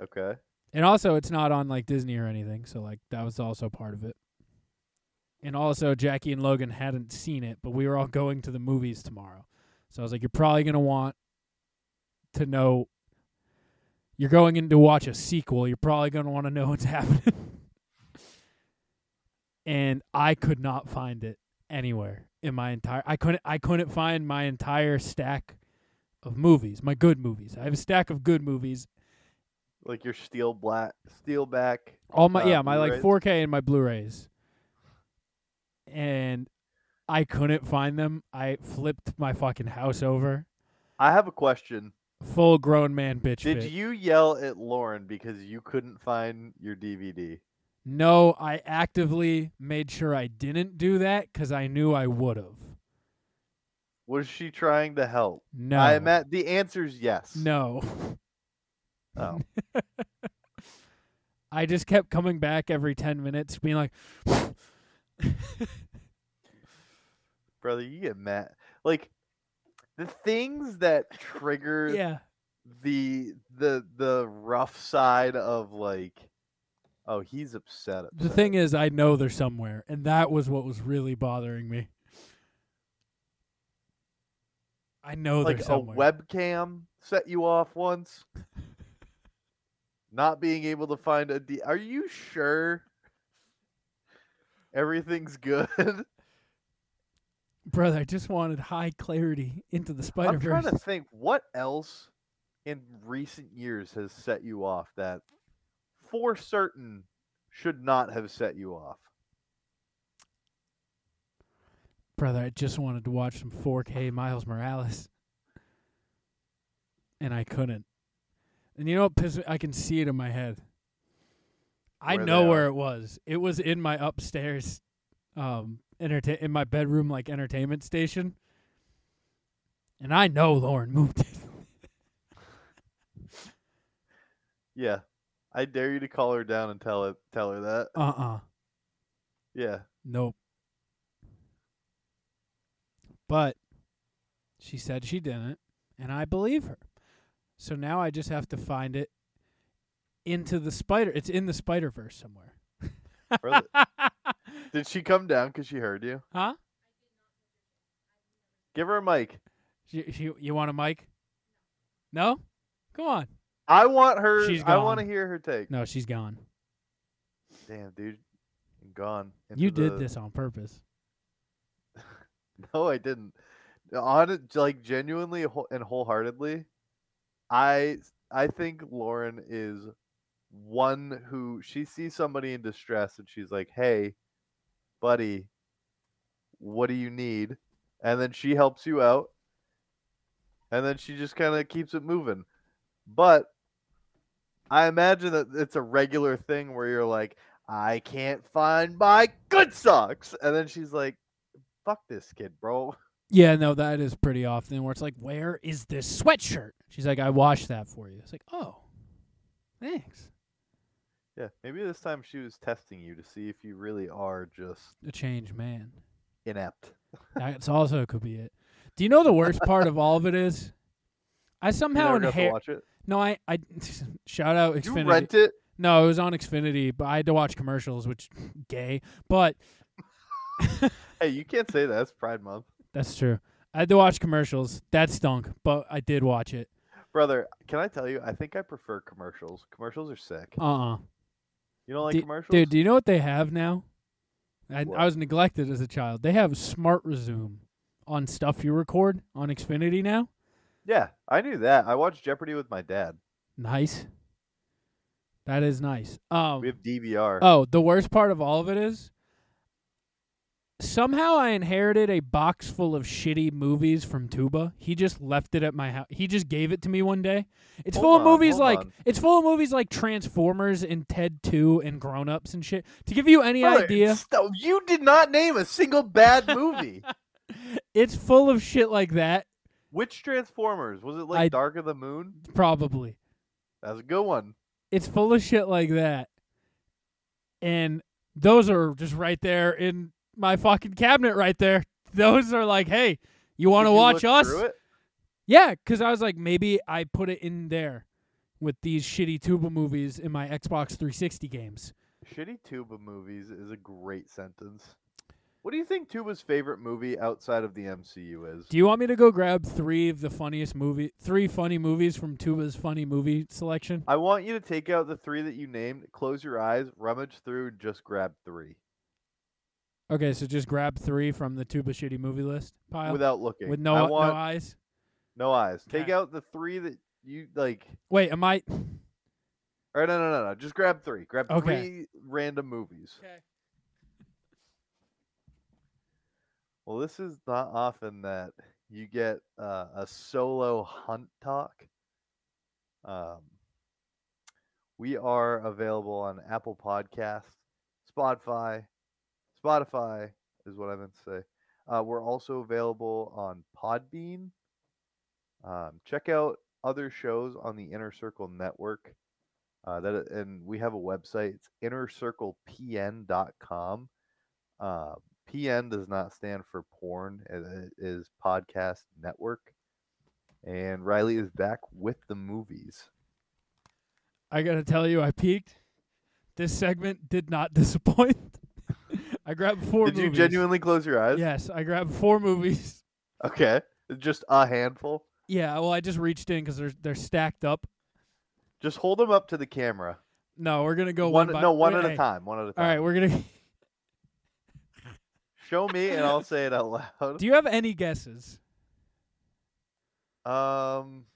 Speaker 2: Okay.
Speaker 1: and also it's not on like Disney or anything, so like that was also part of it. And also, Jackie and Logan hadn't seen it, but we were all going to the movies tomorrow, so I was like, "You're probably gonna want to know. You're going in to watch a sequel. You're probably gonna want to know what's happening." and I could not find it anywhere in my entire. I couldn't. I couldn't find my entire stack of movies, my good movies. I have a stack of good movies.
Speaker 2: Like your steel black, steel back.
Speaker 1: All my
Speaker 2: Uh,
Speaker 1: yeah, my like
Speaker 2: Blu-rays?
Speaker 1: 4K and my Blu-rays. And I couldn't find them. I flipped my fucking house over.
Speaker 2: I have a question.
Speaker 1: full grown man bitch
Speaker 2: Did
Speaker 1: fit.
Speaker 2: you yell at Lauren because you couldn't find your DVD?
Speaker 1: No, I actively made sure I didn't do that because I knew I would have.
Speaker 2: Was she trying to help?
Speaker 1: No.
Speaker 2: I met the answer's yes.
Speaker 1: No.
Speaker 2: Oh.
Speaker 1: I just kept coming back every 10 minutes being like,
Speaker 2: Brother, you get mad. Like the things that trigger
Speaker 1: yeah.
Speaker 2: the the the rough side of like oh, he's upset.
Speaker 1: The thing is, I know they're somewhere. And that was what was really bothering me. I know
Speaker 2: like
Speaker 1: oh, they're
Speaker 2: a
Speaker 1: somewhere.
Speaker 2: webcam set you off once. Not being able to find a D. Are you sure everything's good?
Speaker 1: Brother, I just wanted high clarity into the Spider
Speaker 2: I'm trying
Speaker 1: Verse.
Speaker 2: to think what else in recent years has set you off that for certain should not have set you off.
Speaker 1: Brother, I just wanted to watch some 4K Miles Morales. And I couldn't. And you know what pissed me? I can see it in my head. I
Speaker 2: Where they
Speaker 1: know where
Speaker 2: are.
Speaker 1: it was. It was in my upstairs um entertain in my bedroom like entertainment station. And I know Lauren moved it.
Speaker 2: Yeah. I dare you to call her down and tell it tell her that.
Speaker 1: Uh-uh.
Speaker 2: Yeah.
Speaker 1: Nope. But she said she didn't, and I believe her. So now I just have to find it into the spider. It's in the Spider Verse somewhere.
Speaker 2: Brother. Did she come down cuz she heard you?
Speaker 1: Huh?
Speaker 2: Give her a mic.
Speaker 1: You, you, you want a mic? No? Come on.
Speaker 2: I want her
Speaker 1: She's
Speaker 2: I want to
Speaker 1: gone.
Speaker 2: hear her take.
Speaker 1: No, she's gone.
Speaker 2: Damn, dude. I'm gone.
Speaker 1: you
Speaker 2: into
Speaker 1: did
Speaker 2: the-
Speaker 1: this on purpose.
Speaker 2: No, I didn't. On it, like genuinely whole- and wholeheartedly, I I think Lauren is one who she sees somebody in distress and she's like, "Hey, buddy, what do you need?" And then she helps you out, and then she just kind of keeps it moving. But I imagine that it's a regular thing where you're like, "I can't find my good socks," and then she's like fuck this kid, bro.
Speaker 1: Yeah, no, that is pretty often where it's like, where is this sweatshirt? She's like, I washed that for you. It's like, oh, thanks.
Speaker 2: Yeah, maybe this time she was testing you to see if you really are just
Speaker 1: A changed man.
Speaker 2: inept.
Speaker 1: That's also could be it. Do you know the worst part of all of it is? I
Speaker 2: You
Speaker 1: somehow
Speaker 2: never got to
Speaker 1: inherit.
Speaker 2: watch it.
Speaker 1: No, I, I shout out
Speaker 2: Did You
Speaker 1: Xfinity.
Speaker 2: rent it.
Speaker 1: No, it was on Xfinity, but I had to watch commercials, which gay. But
Speaker 2: Hey, you can't say that. That's Pride Month,
Speaker 1: that's true. I had to watch commercials. That stunk, but I did watch it.
Speaker 2: brother. Can I tell you? I think I prefer commercials. Commercials are sick.
Speaker 1: Uh uh
Speaker 2: You don't like
Speaker 1: Di-
Speaker 2: commercials,
Speaker 1: Dude, do you know what they have now? I,
Speaker 2: What?
Speaker 1: I was neglected as a child. They have smart resume on stuff you record on Xfinity now.
Speaker 2: Yeah, I knew that. I watched Jeopardy with my dad.
Speaker 1: Nice. That is nice. Um,
Speaker 2: We have DVR.
Speaker 1: Oh, the worst part of all of it is somehow I inherited a box full of shitty movies from Tuba. He just left it at my house. He just gave it to me one day. It's
Speaker 2: Hold
Speaker 1: full of
Speaker 2: on,
Speaker 1: movies
Speaker 2: hold
Speaker 1: like
Speaker 2: on.
Speaker 1: it's full of movies like Transformers and Ted 2 and Grown Ups and shit. To give you any
Speaker 2: Brother,
Speaker 1: idea,
Speaker 2: st- you did not name a single bad movie.
Speaker 1: it's full of shit like that
Speaker 2: Which Transformers was it? Like
Speaker 1: I-
Speaker 2: Dark of the Moon?
Speaker 1: probably.
Speaker 2: That's a good one.
Speaker 1: It's full of shit like that. And those are just right there in my fucking cabinet right there. Those are like, "Hey, you want
Speaker 2: Did
Speaker 1: to
Speaker 2: you
Speaker 1: watch
Speaker 2: look
Speaker 1: us?"
Speaker 2: through it?
Speaker 1: Yeah, because I was like, maybe I put it in there with these shitty tuba movies in my Xbox 360 games.
Speaker 2: Shitty tuba movies is a great sentence. What do you think Tuba's favorite movie outside of the MCU is?
Speaker 1: Do you want me to go grab three of the funniest movie, three funny movies from Tuba's funny movie selection?
Speaker 2: I want you to take out the three that you named, close your eyes, rummage through, and just grab three
Speaker 1: Okay, so just grab three from the Tuba shitty movie list pile
Speaker 2: without looking.
Speaker 1: with no
Speaker 2: I
Speaker 1: no
Speaker 2: want
Speaker 1: eyes.
Speaker 2: no eyes. Take
Speaker 1: Okay.
Speaker 2: out the three that you like.
Speaker 1: Wait, am I?
Speaker 2: Or no, no, no, no. Just grab three. Grab
Speaker 1: Okay.
Speaker 2: three random movies.
Speaker 1: Okay.
Speaker 2: Well, this is not often that you get uh, a solo hunt talk. Um, we are available on Apple Podcast, Spotify. Spotify is what I meant to say. Uh, we're also available on Podbean. Um, check out other shows on the Inner Circle Network. Uh, that i- and we have a website. It's innercirclepn.com. Uh, PN does not stand for porn. It it is Podcast Network. And Riley is back with the movies.
Speaker 1: I gotta tell you, I peaked. This segment did not disappoint. I grabbed four.
Speaker 2: Did you
Speaker 1: movies.
Speaker 2: genuinely close your eyes?
Speaker 1: Yes, I grabbed four movies.
Speaker 2: Okay. Just a handful.
Speaker 1: Yeah, well, I just reached in because they're they're stacked up.
Speaker 2: Just hold them up to the camera.
Speaker 1: No, we're gonna go
Speaker 2: one,
Speaker 1: by,
Speaker 2: no, one
Speaker 1: wait,
Speaker 2: at
Speaker 1: hey.
Speaker 2: a time. One at a
Speaker 1: All
Speaker 2: time.
Speaker 1: right, we're gonna.
Speaker 2: Show me, and I'll say it out loud.
Speaker 1: Do you have any guesses?
Speaker 2: um,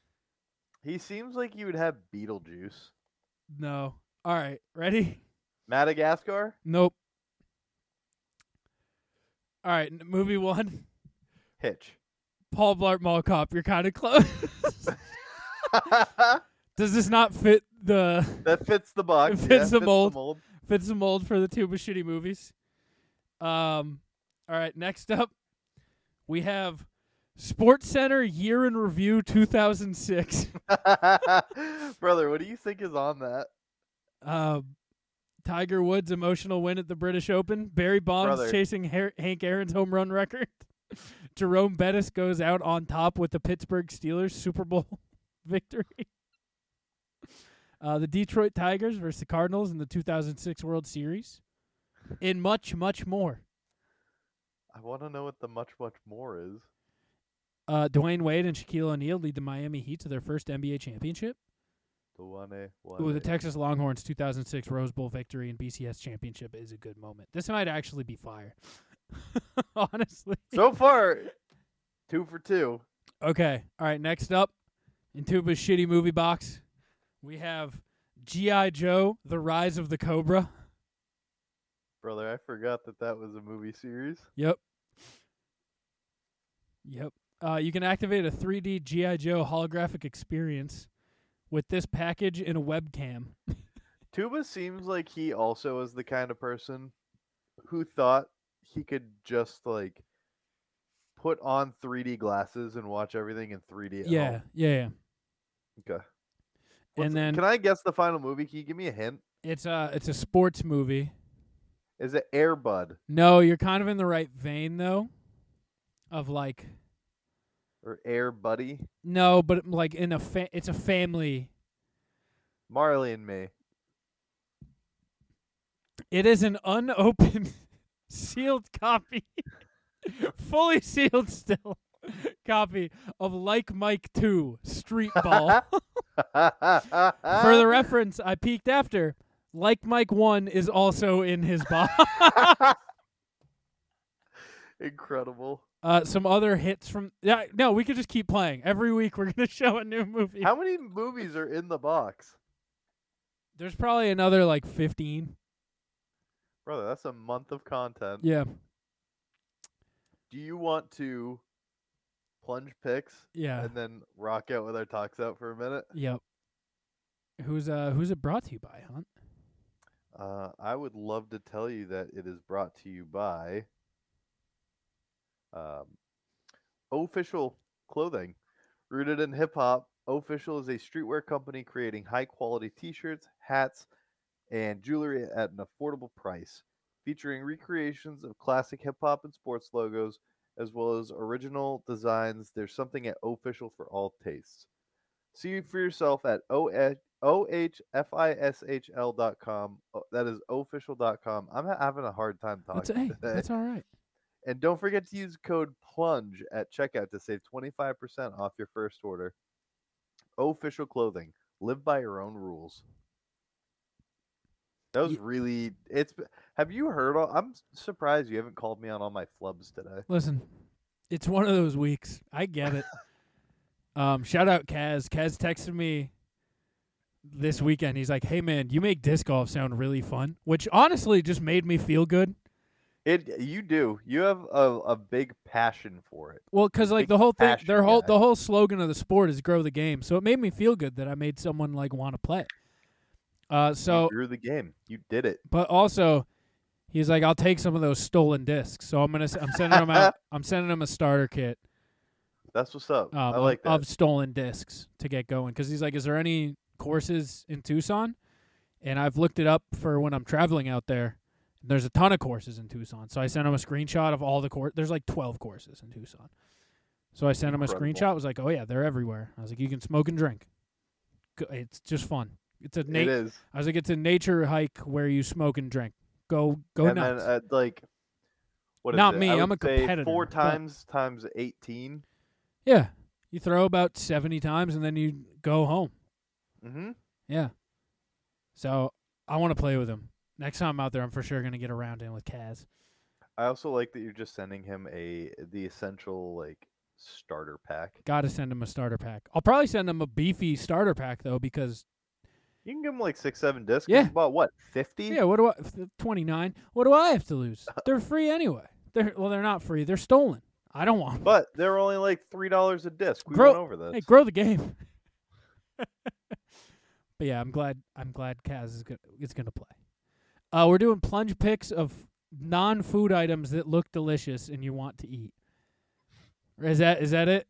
Speaker 2: he seems like you would have Beetlejuice,
Speaker 1: No. All right, ready?
Speaker 2: Madagascar.
Speaker 1: Nope. All right, n- movie one.
Speaker 2: Hitch.
Speaker 1: Paul Blart Mall Cop. You're kind of close.
Speaker 2: that
Speaker 1: Does this not fit the
Speaker 2: fits the box.
Speaker 1: It
Speaker 2: yeah,
Speaker 1: fits the mold. fits the mold for the two shitty movies? Um. All right, next up, we have Sports Center Year in Review 2006.
Speaker 2: Brother, what do you think is on that?
Speaker 1: Um, Tiger Woods' emotional win at the British Open. Barry Bonds
Speaker 2: Brother.
Speaker 1: chasing Har- Hank Aaron's home run record. Jerome Bettis goes out on top with the Pittsburgh Steelers Super Bowl victory. Uh, the Detroit Tigers versus the Cardinals in the 2006 World Series. And much, much more.
Speaker 2: I want to know what the much, much more is.
Speaker 1: Uh, Dwayne Wade and Shaquille O'Neal lead the Miami Heat to their first NBA championship.
Speaker 2: The one A. One
Speaker 1: Ooh, the
Speaker 2: A.
Speaker 1: Texas Longhorns 2006 Rose Bowl victory and BCS championship is a good moment. This might actually be fire. Honestly.
Speaker 2: so far, two for two.
Speaker 1: Okay. All right. Next up, in Tuba's shitty movie box, we have G.I. Joe, The Rise of the Cobra.
Speaker 2: Brother, I forgot that that was a movie series.
Speaker 1: Yep. Yep. Uh, you can activate a 3D G.I. Joe holographic experience with this package and a webcam.
Speaker 2: Tuba seems like he also is the kind of person who thought he could just like put on 3D glasses and watch everything in 3D. at
Speaker 1: Yeah.
Speaker 2: home.
Speaker 1: Yeah. yeah.
Speaker 2: Okay.
Speaker 1: and then
Speaker 2: can I guess Oh. the final movie? Can you give me a hint?
Speaker 1: it's a it's a sports movie.
Speaker 2: Is it Airbud
Speaker 1: No, you're kind of in the right vein though. Of like
Speaker 2: or Air Buddy?
Speaker 1: no, but like in a fa- it's a family.
Speaker 2: Marley and Me.
Speaker 1: It is an unopened sealed copy. fully sealed still copy of Like Mike 2 Street Ball. For the reference, I peeked after. Like Mike 1 is also in his box.
Speaker 2: Incredible.
Speaker 1: uh, some other hits from Yeah, no, we could just keep playing. Every week we're going to show a new movie.
Speaker 2: How many movies are in the box?
Speaker 1: There's probably another like 15.
Speaker 2: Brother, that's a month of content.
Speaker 1: Yeah.
Speaker 2: Do you want to plunge picks
Speaker 1: Yeah.
Speaker 2: and then rock out with our talks out for a minute?
Speaker 1: Yep. Who's uh who's it brought to you by, Hunt?
Speaker 2: Uh, I would love to tell you that it is brought to you by um, Official Clothing. Rooted in hip hop, Official is a streetwear company creating high quality t shirts, hats, and jewelry at an affordable price, featuring recreations of classic hip hop and sports logos, as well as original designs. There's something at Official for all tastes. See for yourself at OH O-H-F-I-S-H-L dot com. O- That is official dot com. I'm ha- having a hard time
Speaker 1: That's
Speaker 2: talking
Speaker 1: hey,
Speaker 2: today.
Speaker 1: that's all right.
Speaker 2: And don't forget to use code PLUNGE at checkout to save 25% off your first order. Official clothing. Live by your own rules. That was
Speaker 1: Ye-
Speaker 2: really it's b- have you heard all, I'm s- surprised you haven't called me on all my flubs today.
Speaker 1: Listen, it's one of those weeks. I get it. um, shout out Kaz. Kaz texted me this weekend. He's like, "Hey man, you make disc golf sound really fun," which honestly just made me feel good
Speaker 2: It you do. You have a, a big passion for it.
Speaker 1: Well, because like
Speaker 2: Big
Speaker 1: the whole thing,
Speaker 2: passion
Speaker 1: their whole
Speaker 2: guy.
Speaker 1: the whole slogan of the sport is "grow the game," so it made me feel good that I made someone like want to play. Uh, so
Speaker 2: you drew the game. You did it.
Speaker 1: but also he's like, I'll take some of those stolen discs. So I'm gonna, s- I'm sending him out. I'm sending him a starter kit
Speaker 2: That's what's up.
Speaker 1: um,
Speaker 2: I
Speaker 1: of-
Speaker 2: like that.
Speaker 1: of stolen discs to get going. Because he's like, is there any courses in Tucson? And I've looked it up for when I'm traveling out there. There's a ton of courses in Tucson. So I sent him a screenshot of all the course. There's like 12 courses in Tucson. So I sent him a
Speaker 2: Incredible.
Speaker 1: screenshot. I was like, oh yeah, they're everywhere. I was like, you can smoke and drink. Go- It's just fun. It's a
Speaker 2: it
Speaker 1: nature.
Speaker 2: is.
Speaker 1: I was like, it's a nature hike where you smoke and drink. Go go
Speaker 2: and
Speaker 1: nuts.
Speaker 2: then uh, like what is
Speaker 1: Not
Speaker 2: it?
Speaker 1: me,
Speaker 2: I
Speaker 1: I'm
Speaker 2: would
Speaker 1: a
Speaker 2: say
Speaker 1: competitor,
Speaker 2: Four
Speaker 1: but-
Speaker 2: times times eighteen.
Speaker 1: yeah, you throw about 70 times and then you go home.
Speaker 2: Mm-hmm.
Speaker 1: Yeah. So I want to play with him. Next time I'm out there, I'm for sure gonna get around in with Kaz.
Speaker 2: I also like that you're just sending him a the essential like starter pack.
Speaker 1: Got to send him a starter pack. I'll probably send him a beefy starter pack though, because
Speaker 2: You can give him like six, seven discs.
Speaker 1: Yeah.
Speaker 2: Yeah. About what fifty?
Speaker 1: yeah, what do I? Twenty nine. What do I have to lose? They're free anyway. They're well, they're not free. They're stolen. I don't want. 'em.
Speaker 2: But they're only like three dollars a disc. We
Speaker 1: Grow-
Speaker 2: went over this.
Speaker 1: Hey, grow the game. but yeah, I'm glad. I'm glad Kaz is gonna is gonna play. Uh, we're doing plunge picks of non food items that look delicious and you want to eat. Is that is that it?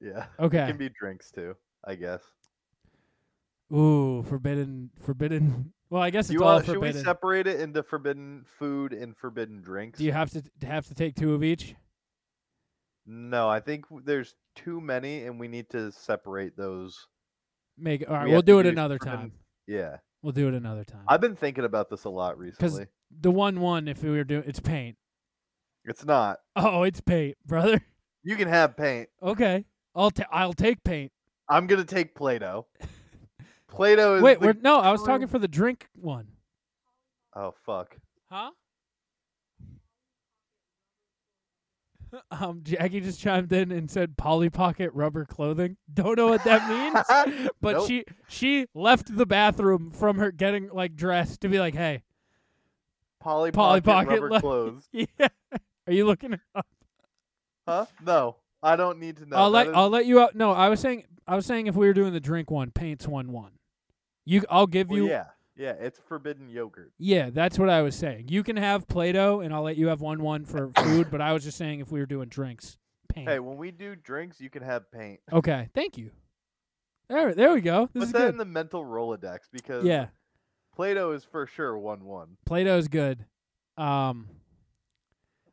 Speaker 2: yeah.
Speaker 1: Okay.
Speaker 2: It can be drinks too, I guess.
Speaker 1: Ooh, forbidden, forbidden. Well, I guess it's
Speaker 2: you
Speaker 1: all
Speaker 2: want, should we
Speaker 1: forbidden.
Speaker 2: separate it into forbidden food and forbidden drinks?
Speaker 1: Do you have to to have to take two of each?
Speaker 2: No, I think w- there's too many, and we need to separate those.
Speaker 1: Make all right.
Speaker 2: We
Speaker 1: We will
Speaker 2: have
Speaker 1: do
Speaker 2: to
Speaker 1: it
Speaker 2: use
Speaker 1: another
Speaker 2: forbidden-
Speaker 1: time.
Speaker 2: Yeah,
Speaker 1: We'll do it another time.
Speaker 2: I've been thinking about this a lot recently.
Speaker 1: the one one, if we were doing, it's paint.
Speaker 2: It's not.
Speaker 1: Oh, it's paint, brother.
Speaker 2: You can have paint.
Speaker 1: Okay, I'll ta- I'll take paint.
Speaker 2: I'm gonna take Play-Doh. Play-Doh is
Speaker 1: Wait,
Speaker 2: the-
Speaker 1: we're, no, I was
Speaker 2: cream-
Speaker 1: talking for the drink one.
Speaker 2: Oh fuck.
Speaker 1: Huh? Um, Jackie just chimed in and said Polly Pocket rubber clothing. Don't know what that means. But
Speaker 2: Nope.
Speaker 1: she she left the bathroom from her getting like dressed to be like, hey,
Speaker 2: Polly,
Speaker 1: Polly
Speaker 2: Pocket,
Speaker 1: Pocket
Speaker 2: rubber
Speaker 1: lo-
Speaker 2: clothes.
Speaker 1: yeah, are you looking? it up?
Speaker 2: Huh? No, I don't need to know.
Speaker 1: I'll let
Speaker 2: That is-
Speaker 1: I'll let you out. No, I was saying I was saying if we were doing the drink one, paints one one. You, I'll give
Speaker 2: Well,
Speaker 1: you.
Speaker 2: yeah, yeah. It's forbidden yogurt.
Speaker 1: Yeah, that's what I was saying. You can have Play-Doh, and I'll let you have one one for food. but I was just saying if we were doing drinks, paint.
Speaker 2: Hey, when we do drinks, you can have paint.
Speaker 1: Okay, thank you. There, there we go. This
Speaker 2: Put
Speaker 1: is
Speaker 2: that in
Speaker 1: good.
Speaker 2: the mental Rolodex because
Speaker 1: yeah,
Speaker 2: Play-Doh is for sure one one.
Speaker 1: Play-Doh's good. Um,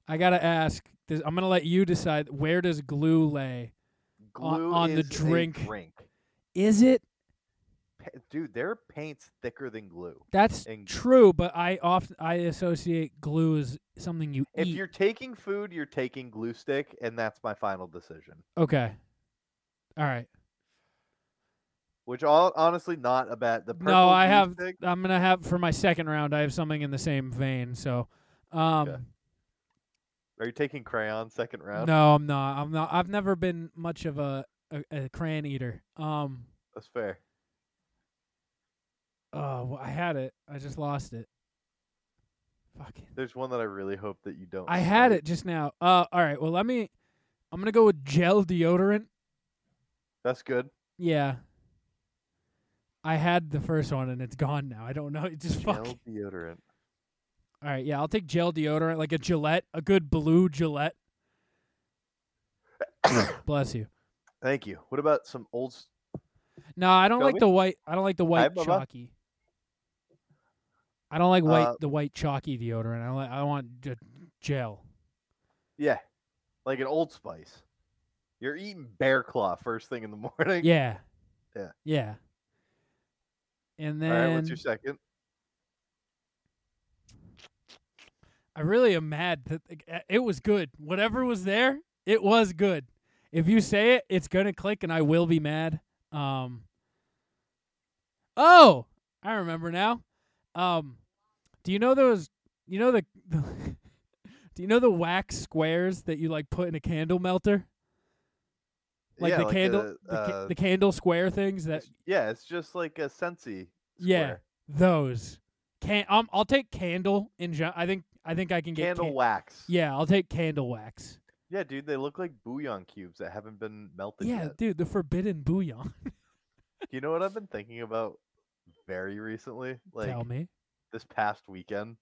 Speaker 1: I gotta ask. This, I'm gonna let you decide. Where does glue lay? On-
Speaker 2: Glue
Speaker 1: on the
Speaker 2: is a
Speaker 1: drink.
Speaker 2: drink.
Speaker 1: Is it?
Speaker 2: Pa- Dude, there are paints thicker than glue.
Speaker 1: That's
Speaker 2: And-
Speaker 1: true, but I often I associate glue as something you
Speaker 2: If
Speaker 1: eat.
Speaker 2: you're taking food, you're taking glue stick, and that's my final decision.
Speaker 1: okay. All right.
Speaker 2: Which all honestly not a bad. The purple
Speaker 1: No, I
Speaker 2: glue
Speaker 1: have.
Speaker 2: stick-
Speaker 1: I'm gonna have for my second round. I have something in the same vein. So, um,
Speaker 2: Okay. Are you taking crayon second round?
Speaker 1: no, I'm not. I'm not. I've never been much of a a, a crayon eater. Um,
Speaker 2: that's fair.
Speaker 1: oh, well, I had it. I just lost it. Fucking.
Speaker 2: There's one that I really hope that you don't.
Speaker 1: I had
Speaker 2: say.
Speaker 1: it just now. Uh, all right. Well, let me. I'm gonna go with gel deodorant.
Speaker 2: That's good.
Speaker 1: Yeah. I had the first one and it's gone now. I don't know. It just fuck.
Speaker 2: Gel deodorant.
Speaker 1: All right, yeah, I'll take gel deodorant, like a Gillette, a good blue Gillette. Bless you.
Speaker 2: Thank you. What about some old? s-
Speaker 1: No, I don't
Speaker 2: Shall
Speaker 1: like
Speaker 2: we?
Speaker 1: the white. I don't like the white
Speaker 2: Bubba.
Speaker 1: chalky. I don't like white
Speaker 2: Uh,
Speaker 1: the white chalky deodorant. I like I want g- gel.
Speaker 2: Yeah, like an Old Spice. You're eating bear claw first thing in the morning.
Speaker 1: Yeah.
Speaker 2: Yeah.
Speaker 1: Yeah. And
Speaker 2: All
Speaker 1: then
Speaker 2: right. What's your second?
Speaker 1: I really am mad that like, uh, it was good. Whatever was there, it was good. If you say it, it's gonna click, and I will be mad. Um. Oh, I remember now. Um, do you know those? You know the. the do you know the wax squares that you like put in a candle melter? Like
Speaker 2: Yeah,
Speaker 1: the candle,
Speaker 2: a,
Speaker 1: the, ca-
Speaker 2: uh,
Speaker 1: the candle square things that
Speaker 2: it's- yeah, it's just like a Sensi.
Speaker 1: Yeah.
Speaker 2: square.
Speaker 1: those. Can um, I'll take candle in. gen- I think I think I can get
Speaker 2: Candle
Speaker 1: can-
Speaker 2: wax.
Speaker 1: Yeah, I'll take candle wax.
Speaker 2: Yeah, dude, they look like bouillon cubes that haven't been melted
Speaker 1: Yeah,
Speaker 2: yet.
Speaker 1: dude, the forbidden bouillon.
Speaker 2: Do you know what I've been thinking about very recently? Like
Speaker 1: Tell me,
Speaker 2: this past weekend,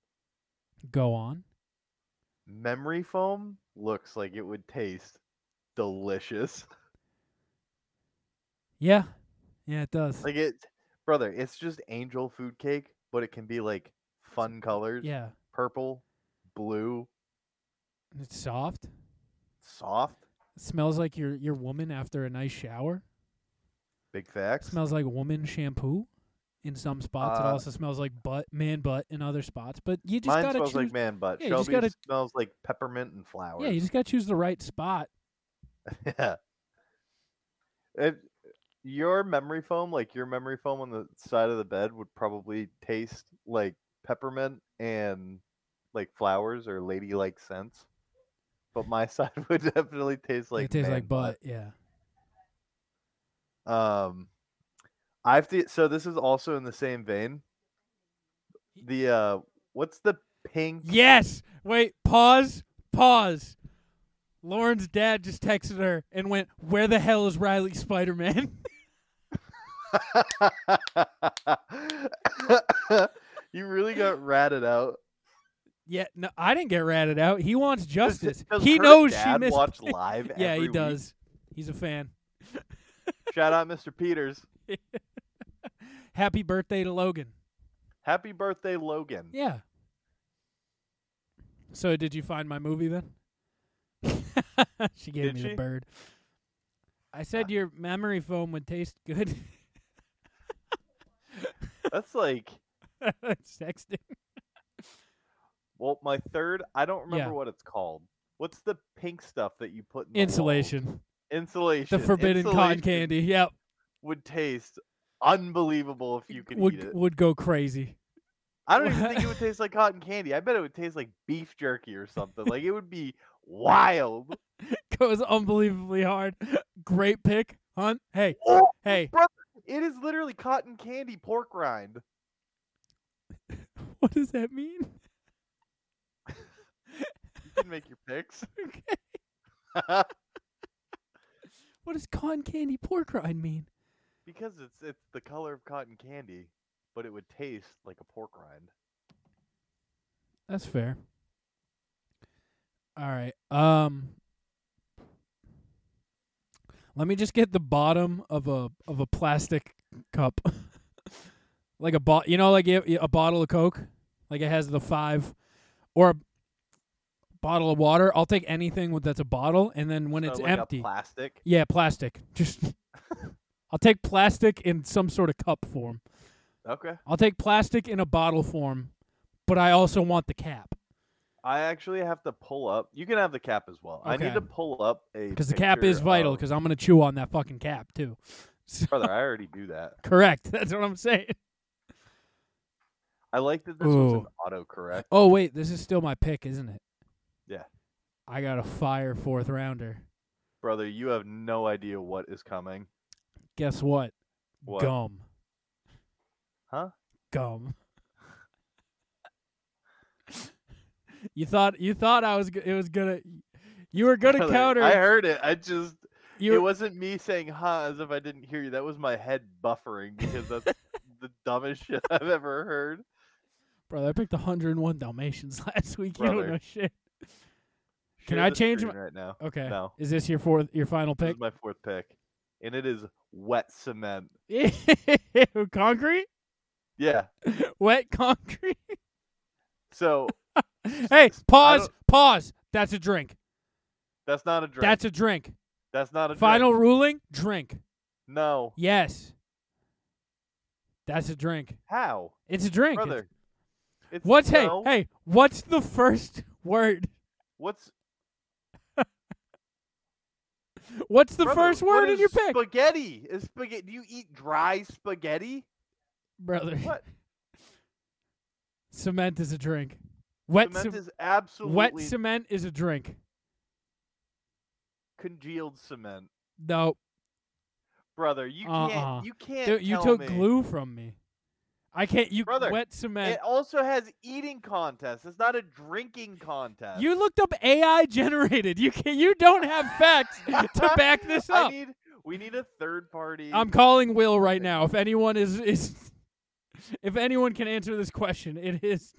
Speaker 1: go on.
Speaker 2: memory foam looks like it would taste delicious.
Speaker 1: Yeah, yeah, it does.
Speaker 2: like it, brother. It's just angel food cake, but it can be like fun colors:
Speaker 1: yeah,
Speaker 2: purple, blue,
Speaker 1: and it's soft.
Speaker 2: soft.
Speaker 1: smells like your your woman after a nice shower.
Speaker 2: Big facts.
Speaker 1: smells like woman shampoo. In some spots, it
Speaker 2: Uh,
Speaker 1: also smells like butt, man butt, in other spots. But you just
Speaker 2: Mine
Speaker 1: gotta
Speaker 2: smells
Speaker 1: choose.
Speaker 2: like man butt.
Speaker 1: yeah, you just
Speaker 2: Shelby
Speaker 1: gotta-
Speaker 2: smells like peppermint and flowers.
Speaker 1: yeah, you just gotta choose the right spot.
Speaker 2: Yeah. It, your memory foam, like your memory foam on the side of the bed, would probably taste like peppermint and like flowers or ladylike scents. But my side would definitely taste like
Speaker 1: it tastes
Speaker 2: man
Speaker 1: like butt. Yeah,
Speaker 2: butt. Um, I've the, so this is also in the same vein. The uh, what's the pink?
Speaker 1: Yes. Wait. Pause. Pause. Lauren's dad just texted her and went, "Where the hell is Riley Spider Man?"
Speaker 2: you really got ratted out.
Speaker 1: yeah. No, I didn't get ratted out. He wants
Speaker 2: Does-
Speaker 1: justice.
Speaker 2: does
Speaker 1: he
Speaker 2: her
Speaker 1: knows
Speaker 2: dad
Speaker 1: she missed.
Speaker 2: Watch live.
Speaker 1: yeah,
Speaker 2: every
Speaker 1: he
Speaker 2: week?
Speaker 1: does. He's a fan.
Speaker 2: Shout out, Mr. Peters.
Speaker 1: Happy birthday to Logan.
Speaker 2: Happy birthday, Logan.
Speaker 1: Yeah. So did you find my movie then? she gave
Speaker 2: Did
Speaker 1: me
Speaker 2: she?
Speaker 1: the bird. I said your memory foam would taste good.
Speaker 2: That's like,
Speaker 1: It's Texting.
Speaker 2: well, my third. I don't remember
Speaker 1: Yeah.
Speaker 2: what it's called. What's the pink stuff that you put in the wall?
Speaker 1: Insulation.
Speaker 2: Insulation.
Speaker 1: The forbidden cotton
Speaker 2: Insulation
Speaker 1: candy. Yep.
Speaker 2: would taste unbelievable if you could
Speaker 1: Would
Speaker 2: eat it.
Speaker 1: would go crazy.
Speaker 2: I don't even think it would taste like cotton candy. I bet it would taste like beef jerky or something. Like it would be wild.
Speaker 1: Goes unbelievably hard. Great pick, Hunt. Hey,
Speaker 2: Oh,
Speaker 1: hey,
Speaker 2: it is literally cotton candy pork rind.
Speaker 1: what does that mean?
Speaker 2: You can make your picks.
Speaker 1: Okay. What does cotton candy pork rind mean?
Speaker 2: Because it's it's the color of cotton candy, but it would taste like a pork rind.
Speaker 1: That's fair. All right. Um Let me just get the bottom of a of a plastic cup. like a bot, you know like you- you- a bottle of Coke, like it has the 5 or a bottle of water. I'll take anything with that's a bottle and then when
Speaker 2: So,
Speaker 1: it's
Speaker 2: like a
Speaker 1: empty.
Speaker 2: plastic.
Speaker 1: yeah, plastic. Just I'll take plastic in some sort of cup form.
Speaker 2: Okay.
Speaker 1: I'll take plastic in a bottle form, but I also want the cap.
Speaker 2: I actually have to pull up. You can have the cap as well. I need to
Speaker 1: Okay.
Speaker 2: pull up a
Speaker 1: because the cap is
Speaker 2: picture
Speaker 1: vital.
Speaker 2: of-
Speaker 1: Because I'm gonna chew on that fucking cap too. So-
Speaker 2: brother, I already do that.
Speaker 1: correct. That's what I'm saying.
Speaker 2: I like that this was an
Speaker 1: Ooh.
Speaker 2: autocorrect.
Speaker 1: Oh wait, this is still my pick, isn't it?
Speaker 2: Uh, Yeah.
Speaker 1: I got a fire fourth rounder.
Speaker 2: Brother, you have no idea what is coming.
Speaker 1: Guess what?
Speaker 2: What?
Speaker 1: Gum.
Speaker 2: Huh?
Speaker 1: Gum. you thought you thought I was go- it was gonna you were gonna
Speaker 2: Brother,
Speaker 1: counter
Speaker 2: I heard it. I just
Speaker 1: you
Speaker 2: it wasn't me saying huh as if I didn't hear you. That was my head buffering because that's the dumbest shit I've ever heard.
Speaker 1: brother. I picked 101 Dalmatians last week. You
Speaker 2: Brother.
Speaker 1: don't know shit. Can
Speaker 2: Share
Speaker 1: I
Speaker 2: the
Speaker 1: change
Speaker 2: screen
Speaker 1: my-
Speaker 2: right now?
Speaker 1: Okay.
Speaker 2: No.
Speaker 1: Is this your fourth your final
Speaker 2: This
Speaker 1: pick?
Speaker 2: is my fourth pick, and it is wet cement.
Speaker 1: Concrete?
Speaker 2: Yeah.
Speaker 1: Wet concrete?
Speaker 2: So
Speaker 1: hey,
Speaker 2: S- I
Speaker 1: pause,
Speaker 2: don't-
Speaker 1: pause. That's a drink.
Speaker 2: that's not a drink.
Speaker 1: That's a drink.
Speaker 2: that's not a
Speaker 1: Final
Speaker 2: Drink.
Speaker 1: ruling, drink.
Speaker 2: No.
Speaker 1: Yes. That's a drink.
Speaker 2: How,
Speaker 1: It's a drink. It's-
Speaker 2: brother? It's
Speaker 1: What's
Speaker 2: no.
Speaker 1: hey, hey, what's the first word?
Speaker 2: What's
Speaker 1: What's the
Speaker 2: brother,
Speaker 1: first
Speaker 2: what
Speaker 1: word in
Speaker 2: is
Speaker 1: your pick?
Speaker 2: Spaghetti is spaghetti. Do you eat dry spaghetti?
Speaker 1: Brother.
Speaker 2: What?
Speaker 1: Cement is a drink. Wet
Speaker 2: cement
Speaker 1: ce-
Speaker 2: is absolutely
Speaker 1: wet cement is a drink.
Speaker 2: congealed cement,
Speaker 1: No.
Speaker 2: brother. You
Speaker 1: Uh-uh.
Speaker 2: can't. You can't.
Speaker 1: Dude, you
Speaker 2: tell
Speaker 1: took
Speaker 2: me.
Speaker 1: glue from me. I can't. You
Speaker 2: Brother,
Speaker 1: wet cement.
Speaker 2: It also has eating contests. It's not a drinking contest.
Speaker 1: you looked up AI generated. You can You don't have facts to back this
Speaker 2: I
Speaker 1: up.
Speaker 2: need. We need a third party.
Speaker 1: I'm calling Will right now. If anyone is is, if anyone can answer this question, it is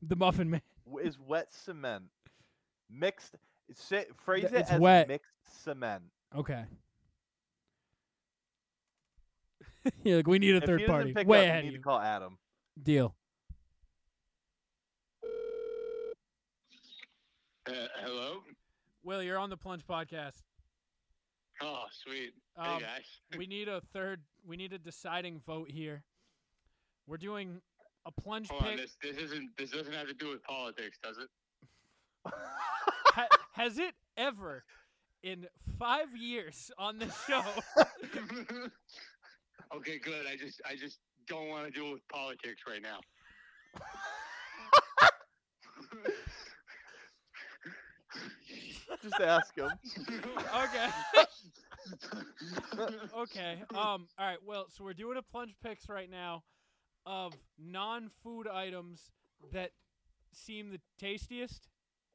Speaker 1: the Muffin Man.
Speaker 2: w- is wet cement mixed. Say, phrase
Speaker 1: Th-
Speaker 2: it
Speaker 1: it's
Speaker 2: as
Speaker 1: wet.
Speaker 2: mixed cement.
Speaker 1: Okay. yeah, like we need a
Speaker 2: if
Speaker 1: third
Speaker 2: he doesn't
Speaker 1: party.
Speaker 2: Pick
Speaker 1: Way
Speaker 2: up,
Speaker 1: ahead
Speaker 2: you
Speaker 1: of
Speaker 2: need
Speaker 1: you.
Speaker 2: to call Adam.
Speaker 1: Deal.
Speaker 6: Uh, hello.
Speaker 1: Will, you're on the Plunge Podcast.
Speaker 6: Oh, sweet.
Speaker 1: Um,
Speaker 6: hey guys.
Speaker 1: we need a third. We need a deciding vote here. We're doing a plunge
Speaker 6: Hold on.
Speaker 1: pick.
Speaker 6: This this isn't this doesn't have to do with politics, does it?
Speaker 1: Ha- has it ever, in five years on this show,
Speaker 6: okay, good. I just I just don't want to deal with politics right now.
Speaker 2: Just ask him.
Speaker 1: okay, okay, um, all right. Well, so we're doing a plunge picks right now of non-food items that seem the tastiest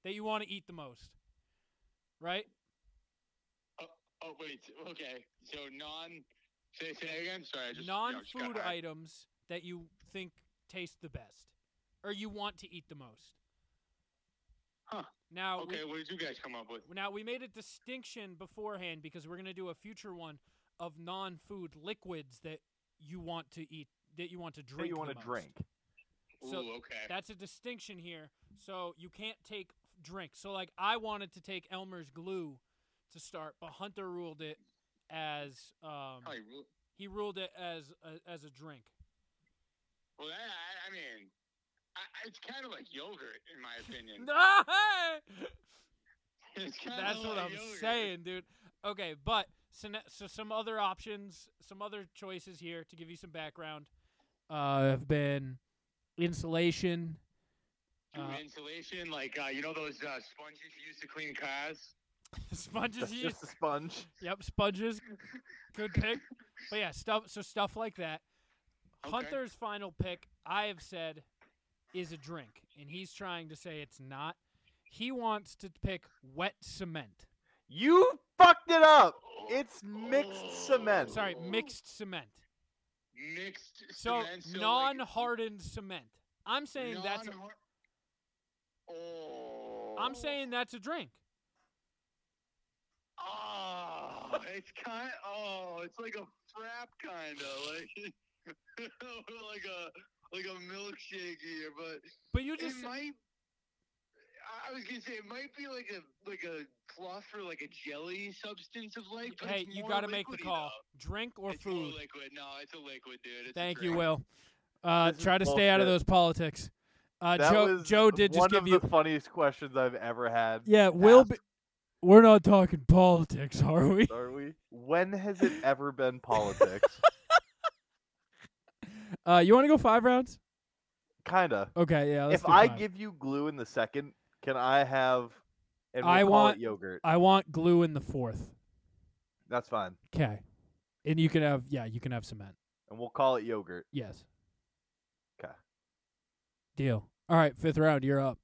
Speaker 1: that you want to eat the most, right?
Speaker 6: oh wait. Okay. So non. Say say that again. Sorry. I just yeah, I just got
Speaker 1: non-food
Speaker 6: high.
Speaker 1: items that you think taste the best or you want to eat the most.
Speaker 6: Huh.
Speaker 1: Now,
Speaker 6: Okay. What did you guys come up with?
Speaker 1: we, now we made a distinction beforehand because we're going to do a future one of non-food liquids that you want to eat that you want to
Speaker 2: What
Speaker 1: drink.
Speaker 2: you want
Speaker 1: the
Speaker 2: to
Speaker 1: most.
Speaker 2: drink?
Speaker 1: So
Speaker 6: Ooh. Okay.
Speaker 1: that's a distinction here. So you can't take drinks. So like I wanted to take Elmer's glue to start, but Hunter ruled it as um,
Speaker 6: Probably ru-
Speaker 1: he ruled it as a, as a drink.
Speaker 6: Well, that, I, I mean, I, it's kind of like yogurt, in my opinion. It's kinda
Speaker 1: That's what
Speaker 6: like
Speaker 1: I'm
Speaker 6: yogurt.
Speaker 1: saying, dude. Okay, but so, na- so some other options, some other choices here to give you some background uh, have been insulation.
Speaker 6: Dude,
Speaker 1: Uh,
Speaker 6: insulation, like uh, you know those uh, sponges you use to clean cars.
Speaker 1: sponges,
Speaker 2: That's
Speaker 1: you,
Speaker 2: just a sponge.
Speaker 1: yep, sponges, good pick. But yeah, stuff. So stuff like that.
Speaker 6: Okay.
Speaker 1: Hunter's final pick, I have said, is a drink, and he's trying to say it's not. He wants to pick wet cement.
Speaker 2: You fucked it up. It's mixed cement.
Speaker 1: Sorry, mixed cement.
Speaker 6: Mixed
Speaker 1: So
Speaker 6: cement, so
Speaker 1: non-hardened cement. I'm saying that's. A,
Speaker 6: oh.
Speaker 1: I'm saying that's a drink.
Speaker 6: Oh, it's kind. Oh, it's like a frap kind of like like a like a milkshake here, but
Speaker 1: But you
Speaker 6: it
Speaker 1: just
Speaker 6: might. I- I was gonna say it might be like a like a cloth or like a jelly substance of like. But
Speaker 1: hey,
Speaker 6: it's
Speaker 1: you
Speaker 6: more
Speaker 1: got to make the
Speaker 6: liquidy,
Speaker 1: call.
Speaker 6: though.
Speaker 1: Drink or
Speaker 6: It's more
Speaker 1: food.
Speaker 6: liquid. No, it's a liquid, dude. It's a
Speaker 1: Thank you,
Speaker 6: drink.
Speaker 1: Will. Uh,
Speaker 2: This is
Speaker 1: try to stay out of
Speaker 2: bullshit.
Speaker 1: those politics. Uh,
Speaker 2: that
Speaker 1: Joe,
Speaker 2: was
Speaker 1: Joe did
Speaker 2: one
Speaker 1: just give
Speaker 2: of
Speaker 1: you.
Speaker 2: the funniest questions I've ever had.
Speaker 1: yeah, Will.
Speaker 2: asked.
Speaker 1: Be, we're not talking politics, are we?
Speaker 2: Are we? When has it ever been politics?
Speaker 1: Uh, you want to go five rounds?
Speaker 2: Kinda.
Speaker 1: Okay, yeah. Let's
Speaker 2: If
Speaker 1: do
Speaker 2: I
Speaker 1: five.
Speaker 2: give you glue in the second, can I have? And we'll
Speaker 1: I
Speaker 2: call
Speaker 1: want-
Speaker 2: it yogurt.
Speaker 1: I want glue in the fourth.
Speaker 2: That's fine.
Speaker 1: Okay, and you can have yeah, you can have cement.
Speaker 2: And we'll call it yogurt.
Speaker 1: Yes.
Speaker 2: 'Kay.
Speaker 1: Deal. All right, fifth round. You're up.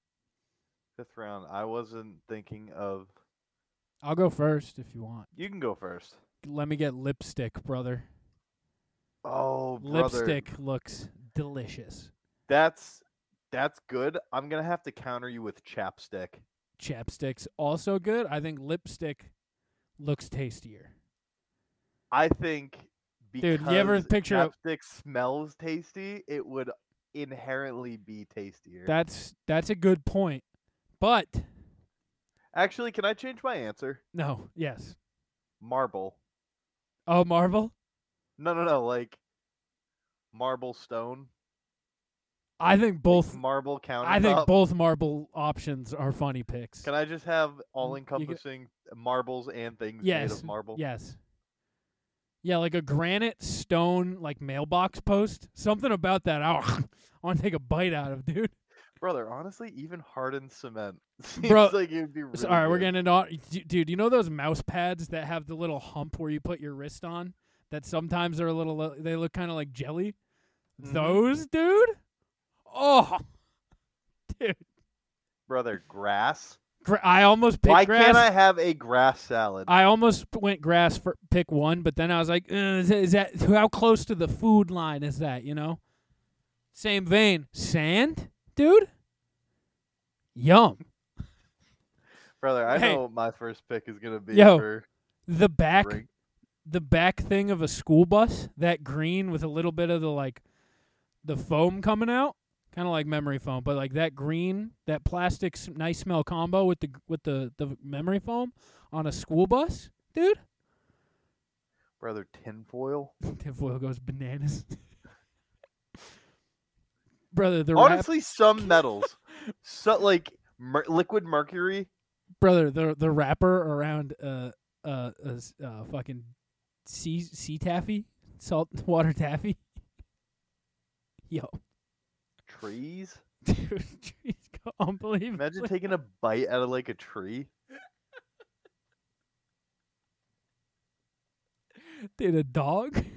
Speaker 2: Fifth round. I wasn't thinking of.
Speaker 1: I'll go first if you want.
Speaker 2: You can go first.
Speaker 1: Let me get lipstick, brother.
Speaker 2: Oh, brother.
Speaker 1: Lipstick looks delicious.
Speaker 2: That's that's good. I'm gonna have to counter you with chapstick.
Speaker 1: Chapstick's also good. I think lipstick looks tastier.
Speaker 2: I think because
Speaker 1: Dude, you ever picture a-
Speaker 2: chapstick smells tasty, it would inherently be tastier.
Speaker 1: That's that's a good point. But
Speaker 2: Actually, can I change my answer?
Speaker 1: no, yes.
Speaker 2: Marble.
Speaker 1: Oh, Marvel.
Speaker 2: No, no, no. Like marble stone.
Speaker 1: I think both.
Speaker 2: Marble countertop.
Speaker 1: I think both marble options are funny picks.
Speaker 2: Can I just have
Speaker 1: you get-
Speaker 2: all-encompassing marbles and things made
Speaker 1: yes.
Speaker 2: of marble?
Speaker 1: Yes. Yeah, like a granite stone, like mailbox post. Something about that. I want to take a bite out of, dude.
Speaker 2: Brother, honestly, even hardened cement seems
Speaker 1: Bro,
Speaker 2: like it would be really
Speaker 1: So, all right, we're
Speaker 2: good.
Speaker 1: getting into au- d- dude. You know those mouse pads that have the little hump where you put your wrist on? That sometimes are a little. They look kind of like jelly.
Speaker 2: Mhm.
Speaker 1: Those, dude? Oh, dude.
Speaker 2: brother. Grass.
Speaker 1: Gra- I almost picked
Speaker 2: Why
Speaker 1: grass.
Speaker 2: can't I have a grass salad?
Speaker 1: I almost went grass for pick one, but then I was like, "Uh, is that, is that how close to the food line is that? You know, same vein, sand, dude. Yum.
Speaker 2: brother, I
Speaker 1: Hey.
Speaker 2: know what my first pick is gonna be
Speaker 1: Yo,
Speaker 2: for
Speaker 1: The back,
Speaker 2: drink.
Speaker 1: the back thing of a school bus, that green with a little bit of the like, the foam coming out, kind of like memory foam, but like that green, that plastic s- nice smell combo with the with the the memory foam on a school bus, dude.
Speaker 2: brother tinfoil.
Speaker 1: Tinfoil goes bananas. brother, the rap,
Speaker 2: Honestly, some metals, so like mer- liquid mercury.
Speaker 1: brother, the the wrapper around uh uh uh, s- uh fucking sea sea taffy, salt water taffy. Yo,
Speaker 2: Trees.
Speaker 1: dude, jeez, go- unbelievable.
Speaker 2: Imagine taking a bite out of like a tree.
Speaker 1: dude, a dog.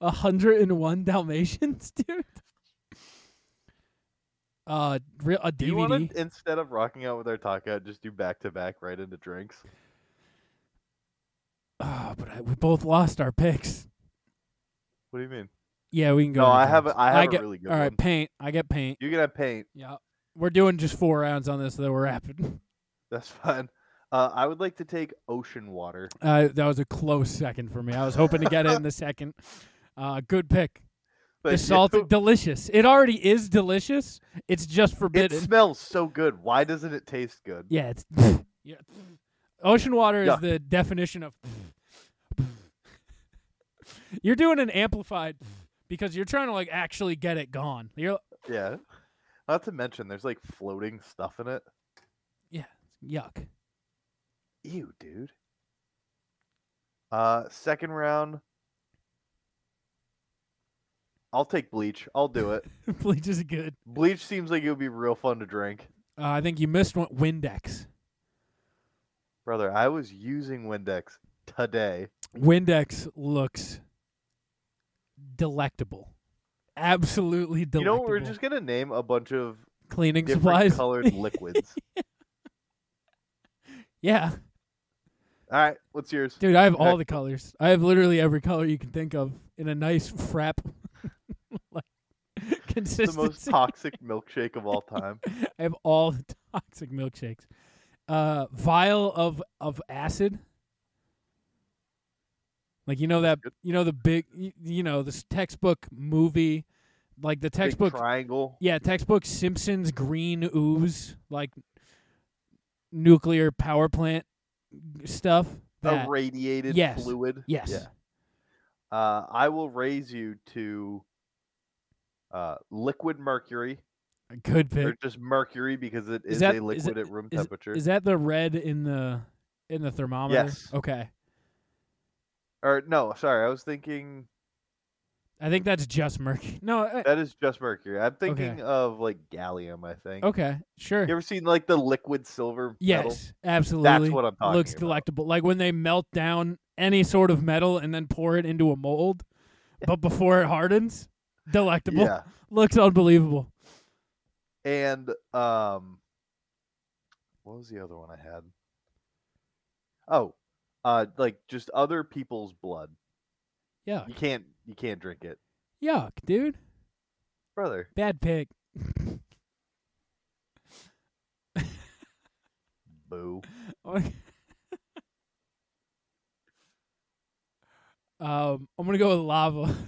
Speaker 1: A hundred and one Dalmatians, dude. Uh, real a DVD.
Speaker 2: Do you want to instead of rocking out with our talk out, just do back to back right into drinks?
Speaker 1: Ah, but I, we both lost our picks.
Speaker 2: What do you mean?
Speaker 1: Yeah, we can go.
Speaker 2: No,
Speaker 1: to
Speaker 2: I have
Speaker 1: drinks.
Speaker 2: a- I have a
Speaker 1: get,
Speaker 2: really good
Speaker 1: All right,
Speaker 2: one.
Speaker 1: paint. I get paint.
Speaker 2: You can have paint.
Speaker 1: Yeah, we're doing just four rounds on this, though we're rapid.
Speaker 2: That's fine. Uh, I would like to take ocean water.
Speaker 1: Uh, that was a close second for me. I was hoping to get it in the second. Uh, good pick.
Speaker 2: Thank
Speaker 1: the
Speaker 2: you.
Speaker 1: salted, delicious. It already is delicious. It's just
Speaker 2: It
Speaker 1: forbidden.
Speaker 2: smells so good. Why doesn't it taste good?
Speaker 1: yeah, it's. yeah. Ocean water is
Speaker 2: Yuck.
Speaker 1: the definition of. you're doing an amplified because you're trying to like actually get it gone. You're
Speaker 2: Yeah. Not to mention, there's like floating stuff in it.
Speaker 1: yuck.
Speaker 2: Ew, dude. Uh, second round. I'll take bleach. I'll do it.
Speaker 1: Bleach is good.
Speaker 2: bleach seems like it would be real fun to drink,
Speaker 1: Uh, I think you missed one. Windex.
Speaker 2: brother. I was using Windex today.
Speaker 1: Windex looks delectable. Absolutely
Speaker 2: You know,
Speaker 1: delectable.
Speaker 2: what? we're just gonna name a bunch of
Speaker 1: cleaning
Speaker 2: different
Speaker 1: supplies.
Speaker 2: colored liquids.
Speaker 1: yeah,
Speaker 2: All right, what's yours?
Speaker 1: dude, I have all
Speaker 2: Heck.
Speaker 1: the colors. I have literally every color you can think of in a nice frap. like
Speaker 2: the most
Speaker 1: consistency.
Speaker 2: toxic milkshake of all time.
Speaker 1: I have all the toxic milkshakes. Uh, vial of of acid. Like you know that
Speaker 2: good.
Speaker 1: you know the big you, you know this textbook movie, like the
Speaker 2: Big
Speaker 1: textbook
Speaker 2: triangle.
Speaker 1: Yeah, textbook Simpsons green ooze, like nuclear power plant stuff. That,
Speaker 2: Irradiated
Speaker 1: Yes.
Speaker 2: fluid.
Speaker 1: yes.
Speaker 2: Yeah. Uh, I will raise you to uh, liquid mercury,
Speaker 1: A good
Speaker 2: or
Speaker 1: pick.
Speaker 2: just mercury because it is,
Speaker 1: that-
Speaker 2: a
Speaker 1: is
Speaker 2: liquid
Speaker 1: it-
Speaker 2: at room
Speaker 1: is-
Speaker 2: temperature.
Speaker 1: Is that the red in the in the thermometer?
Speaker 2: Yes.
Speaker 1: Okay.
Speaker 2: or no, sorry, I was thinking
Speaker 1: I think that's just mercury. No, eh, I,
Speaker 2: that is just mercury. I'm
Speaker 1: Okay.
Speaker 2: thinking of like gallium. I think.
Speaker 1: okay, sure.
Speaker 2: You ever seen like the liquid silver? metal?
Speaker 1: Yes, absolutely.
Speaker 2: what I'm talking
Speaker 1: Looks
Speaker 2: about.
Speaker 1: delectable. Like when they melt down any sort of metal and then pour it into a mold, but before it hardens, delectable.
Speaker 2: Yeah.
Speaker 1: Looks unbelievable.
Speaker 2: And um, what was the other one I had? Oh, uh, like just other people's blood.
Speaker 1: Yeah.
Speaker 2: You can't. You can't drink it,
Speaker 1: Yuck, dude.
Speaker 2: brother.
Speaker 1: Bad pick.
Speaker 2: Boo.
Speaker 1: um, Um, I'm gonna go with lava.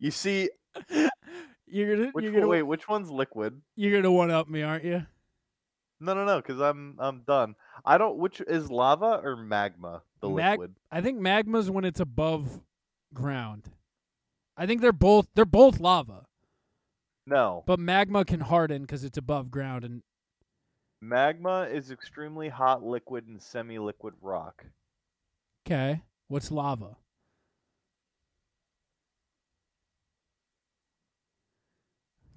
Speaker 2: You see,
Speaker 1: you're gonna
Speaker 2: which
Speaker 1: you're
Speaker 2: one-
Speaker 1: gonna
Speaker 2: wait, which one's liquid?
Speaker 1: you're gonna one up me, aren't you?
Speaker 2: No, no, no, because I'm I'm done. I don't. Which is lava or magma? The
Speaker 1: Mag-
Speaker 2: liquid.
Speaker 1: I think magma's when it's above ground. I think they're both they're both lava,
Speaker 2: No,
Speaker 1: but magma can harden because it's above ground. And
Speaker 2: magma is extremely hot liquid and semi-liquid rock.
Speaker 1: okay, what's lava?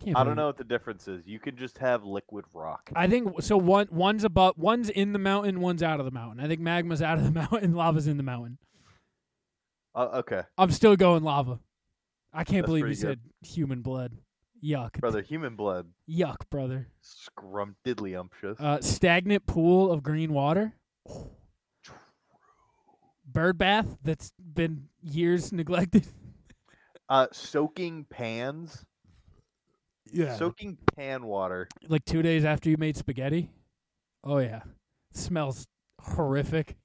Speaker 1: Can't
Speaker 2: I
Speaker 1: believe-
Speaker 2: don't know what the difference is. You could just have liquid rock.
Speaker 1: I think w- so. One one's above, one's in the mountain, one's out of the mountain. I think magma's out of the mountain, lava's in the mountain.
Speaker 2: Uh, okay.
Speaker 1: I'm still going lava. I can't
Speaker 2: That's
Speaker 1: believe you
Speaker 2: pretty
Speaker 1: said
Speaker 2: good.
Speaker 1: human blood. Yuck.
Speaker 2: brother. Human blood,
Speaker 1: Yuck, brother.
Speaker 2: scrumptiddlyumptious.
Speaker 1: Uh, stagnant pool of green water. Bird bath that's been years neglected.
Speaker 2: Uh, soaking pans,
Speaker 1: Yeah.
Speaker 2: soaking pan water.
Speaker 1: like two days after you made spaghetti. Oh yeah, smells horrific.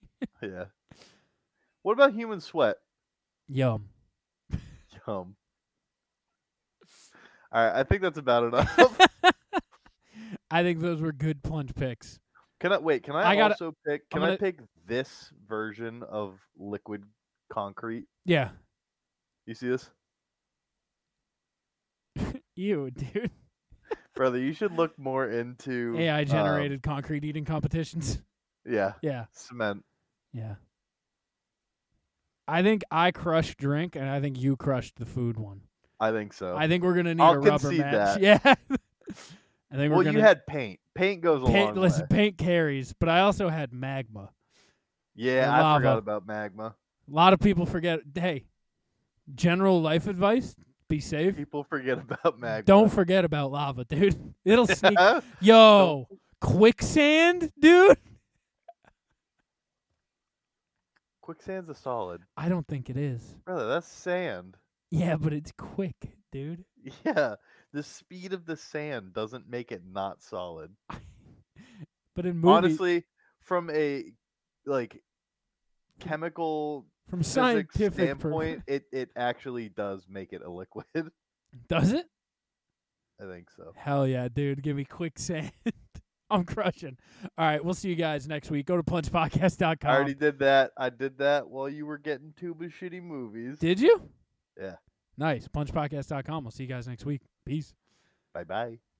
Speaker 2: Yeah. What about human sweat?
Speaker 1: Yum.
Speaker 2: Yum. All right, I think that's about enough.
Speaker 1: I think those were good plunge picks.
Speaker 2: can I wait? Can I,
Speaker 1: I gotta-
Speaker 2: also pick?
Speaker 1: I'm
Speaker 2: Can I
Speaker 1: gonna-
Speaker 2: pick this version of liquid concrete?
Speaker 1: Yeah.
Speaker 2: You see this,
Speaker 1: Ew, dude.
Speaker 2: brother? You should look more into
Speaker 1: AI
Speaker 2: um,
Speaker 1: generated concrete eating competitions.
Speaker 2: yeah,
Speaker 1: Yeah.
Speaker 2: cement.
Speaker 1: Yeah. I think I crushed drink and I think you crushed the food one.
Speaker 2: I think so.
Speaker 1: I think we're gonna need
Speaker 2: Oh. I'll
Speaker 1: a rubber
Speaker 2: concede
Speaker 1: match.
Speaker 2: that.
Speaker 1: Yeah. I think
Speaker 2: well,
Speaker 1: we're gonna
Speaker 2: you had paint. Paint goes a
Speaker 1: paint
Speaker 2: long
Speaker 1: listen,
Speaker 2: way.
Speaker 1: paint carries, but I also had magma.
Speaker 2: Yeah,
Speaker 1: and
Speaker 2: I
Speaker 1: lava.
Speaker 2: forgot about magma.
Speaker 1: A lot of people forget hey, general life advice, be safe.
Speaker 2: People forget about magma.
Speaker 1: Don't forget about lava, dude. It'll sneak.
Speaker 2: Yeah?
Speaker 1: Yo, quicksand, dude.
Speaker 2: Quicksand's a solid,
Speaker 1: I don't think it is.
Speaker 2: brother. That's sand.
Speaker 1: Yeah, but it's quick, dude.
Speaker 2: Yeah, the speed of the sand doesn't make it not solid.
Speaker 1: But in movies,
Speaker 2: Honestly, from a like chemical
Speaker 1: from
Speaker 2: physics
Speaker 1: scientific per-
Speaker 2: standpoint, it it actually does make it a liquid. I
Speaker 1: does it?
Speaker 2: think so.
Speaker 1: Hell yeah, dude. Give me quicksand. I'm crushing. All right, we'll see you guys next week. Go to plungepodcast.com.
Speaker 2: I already did that. I did that while you were getting two of shitty movies.
Speaker 1: did you?
Speaker 2: Yeah.
Speaker 1: Nice. Plungepodcast.com. We'll see you guys next week. Peace.
Speaker 2: Bye bye.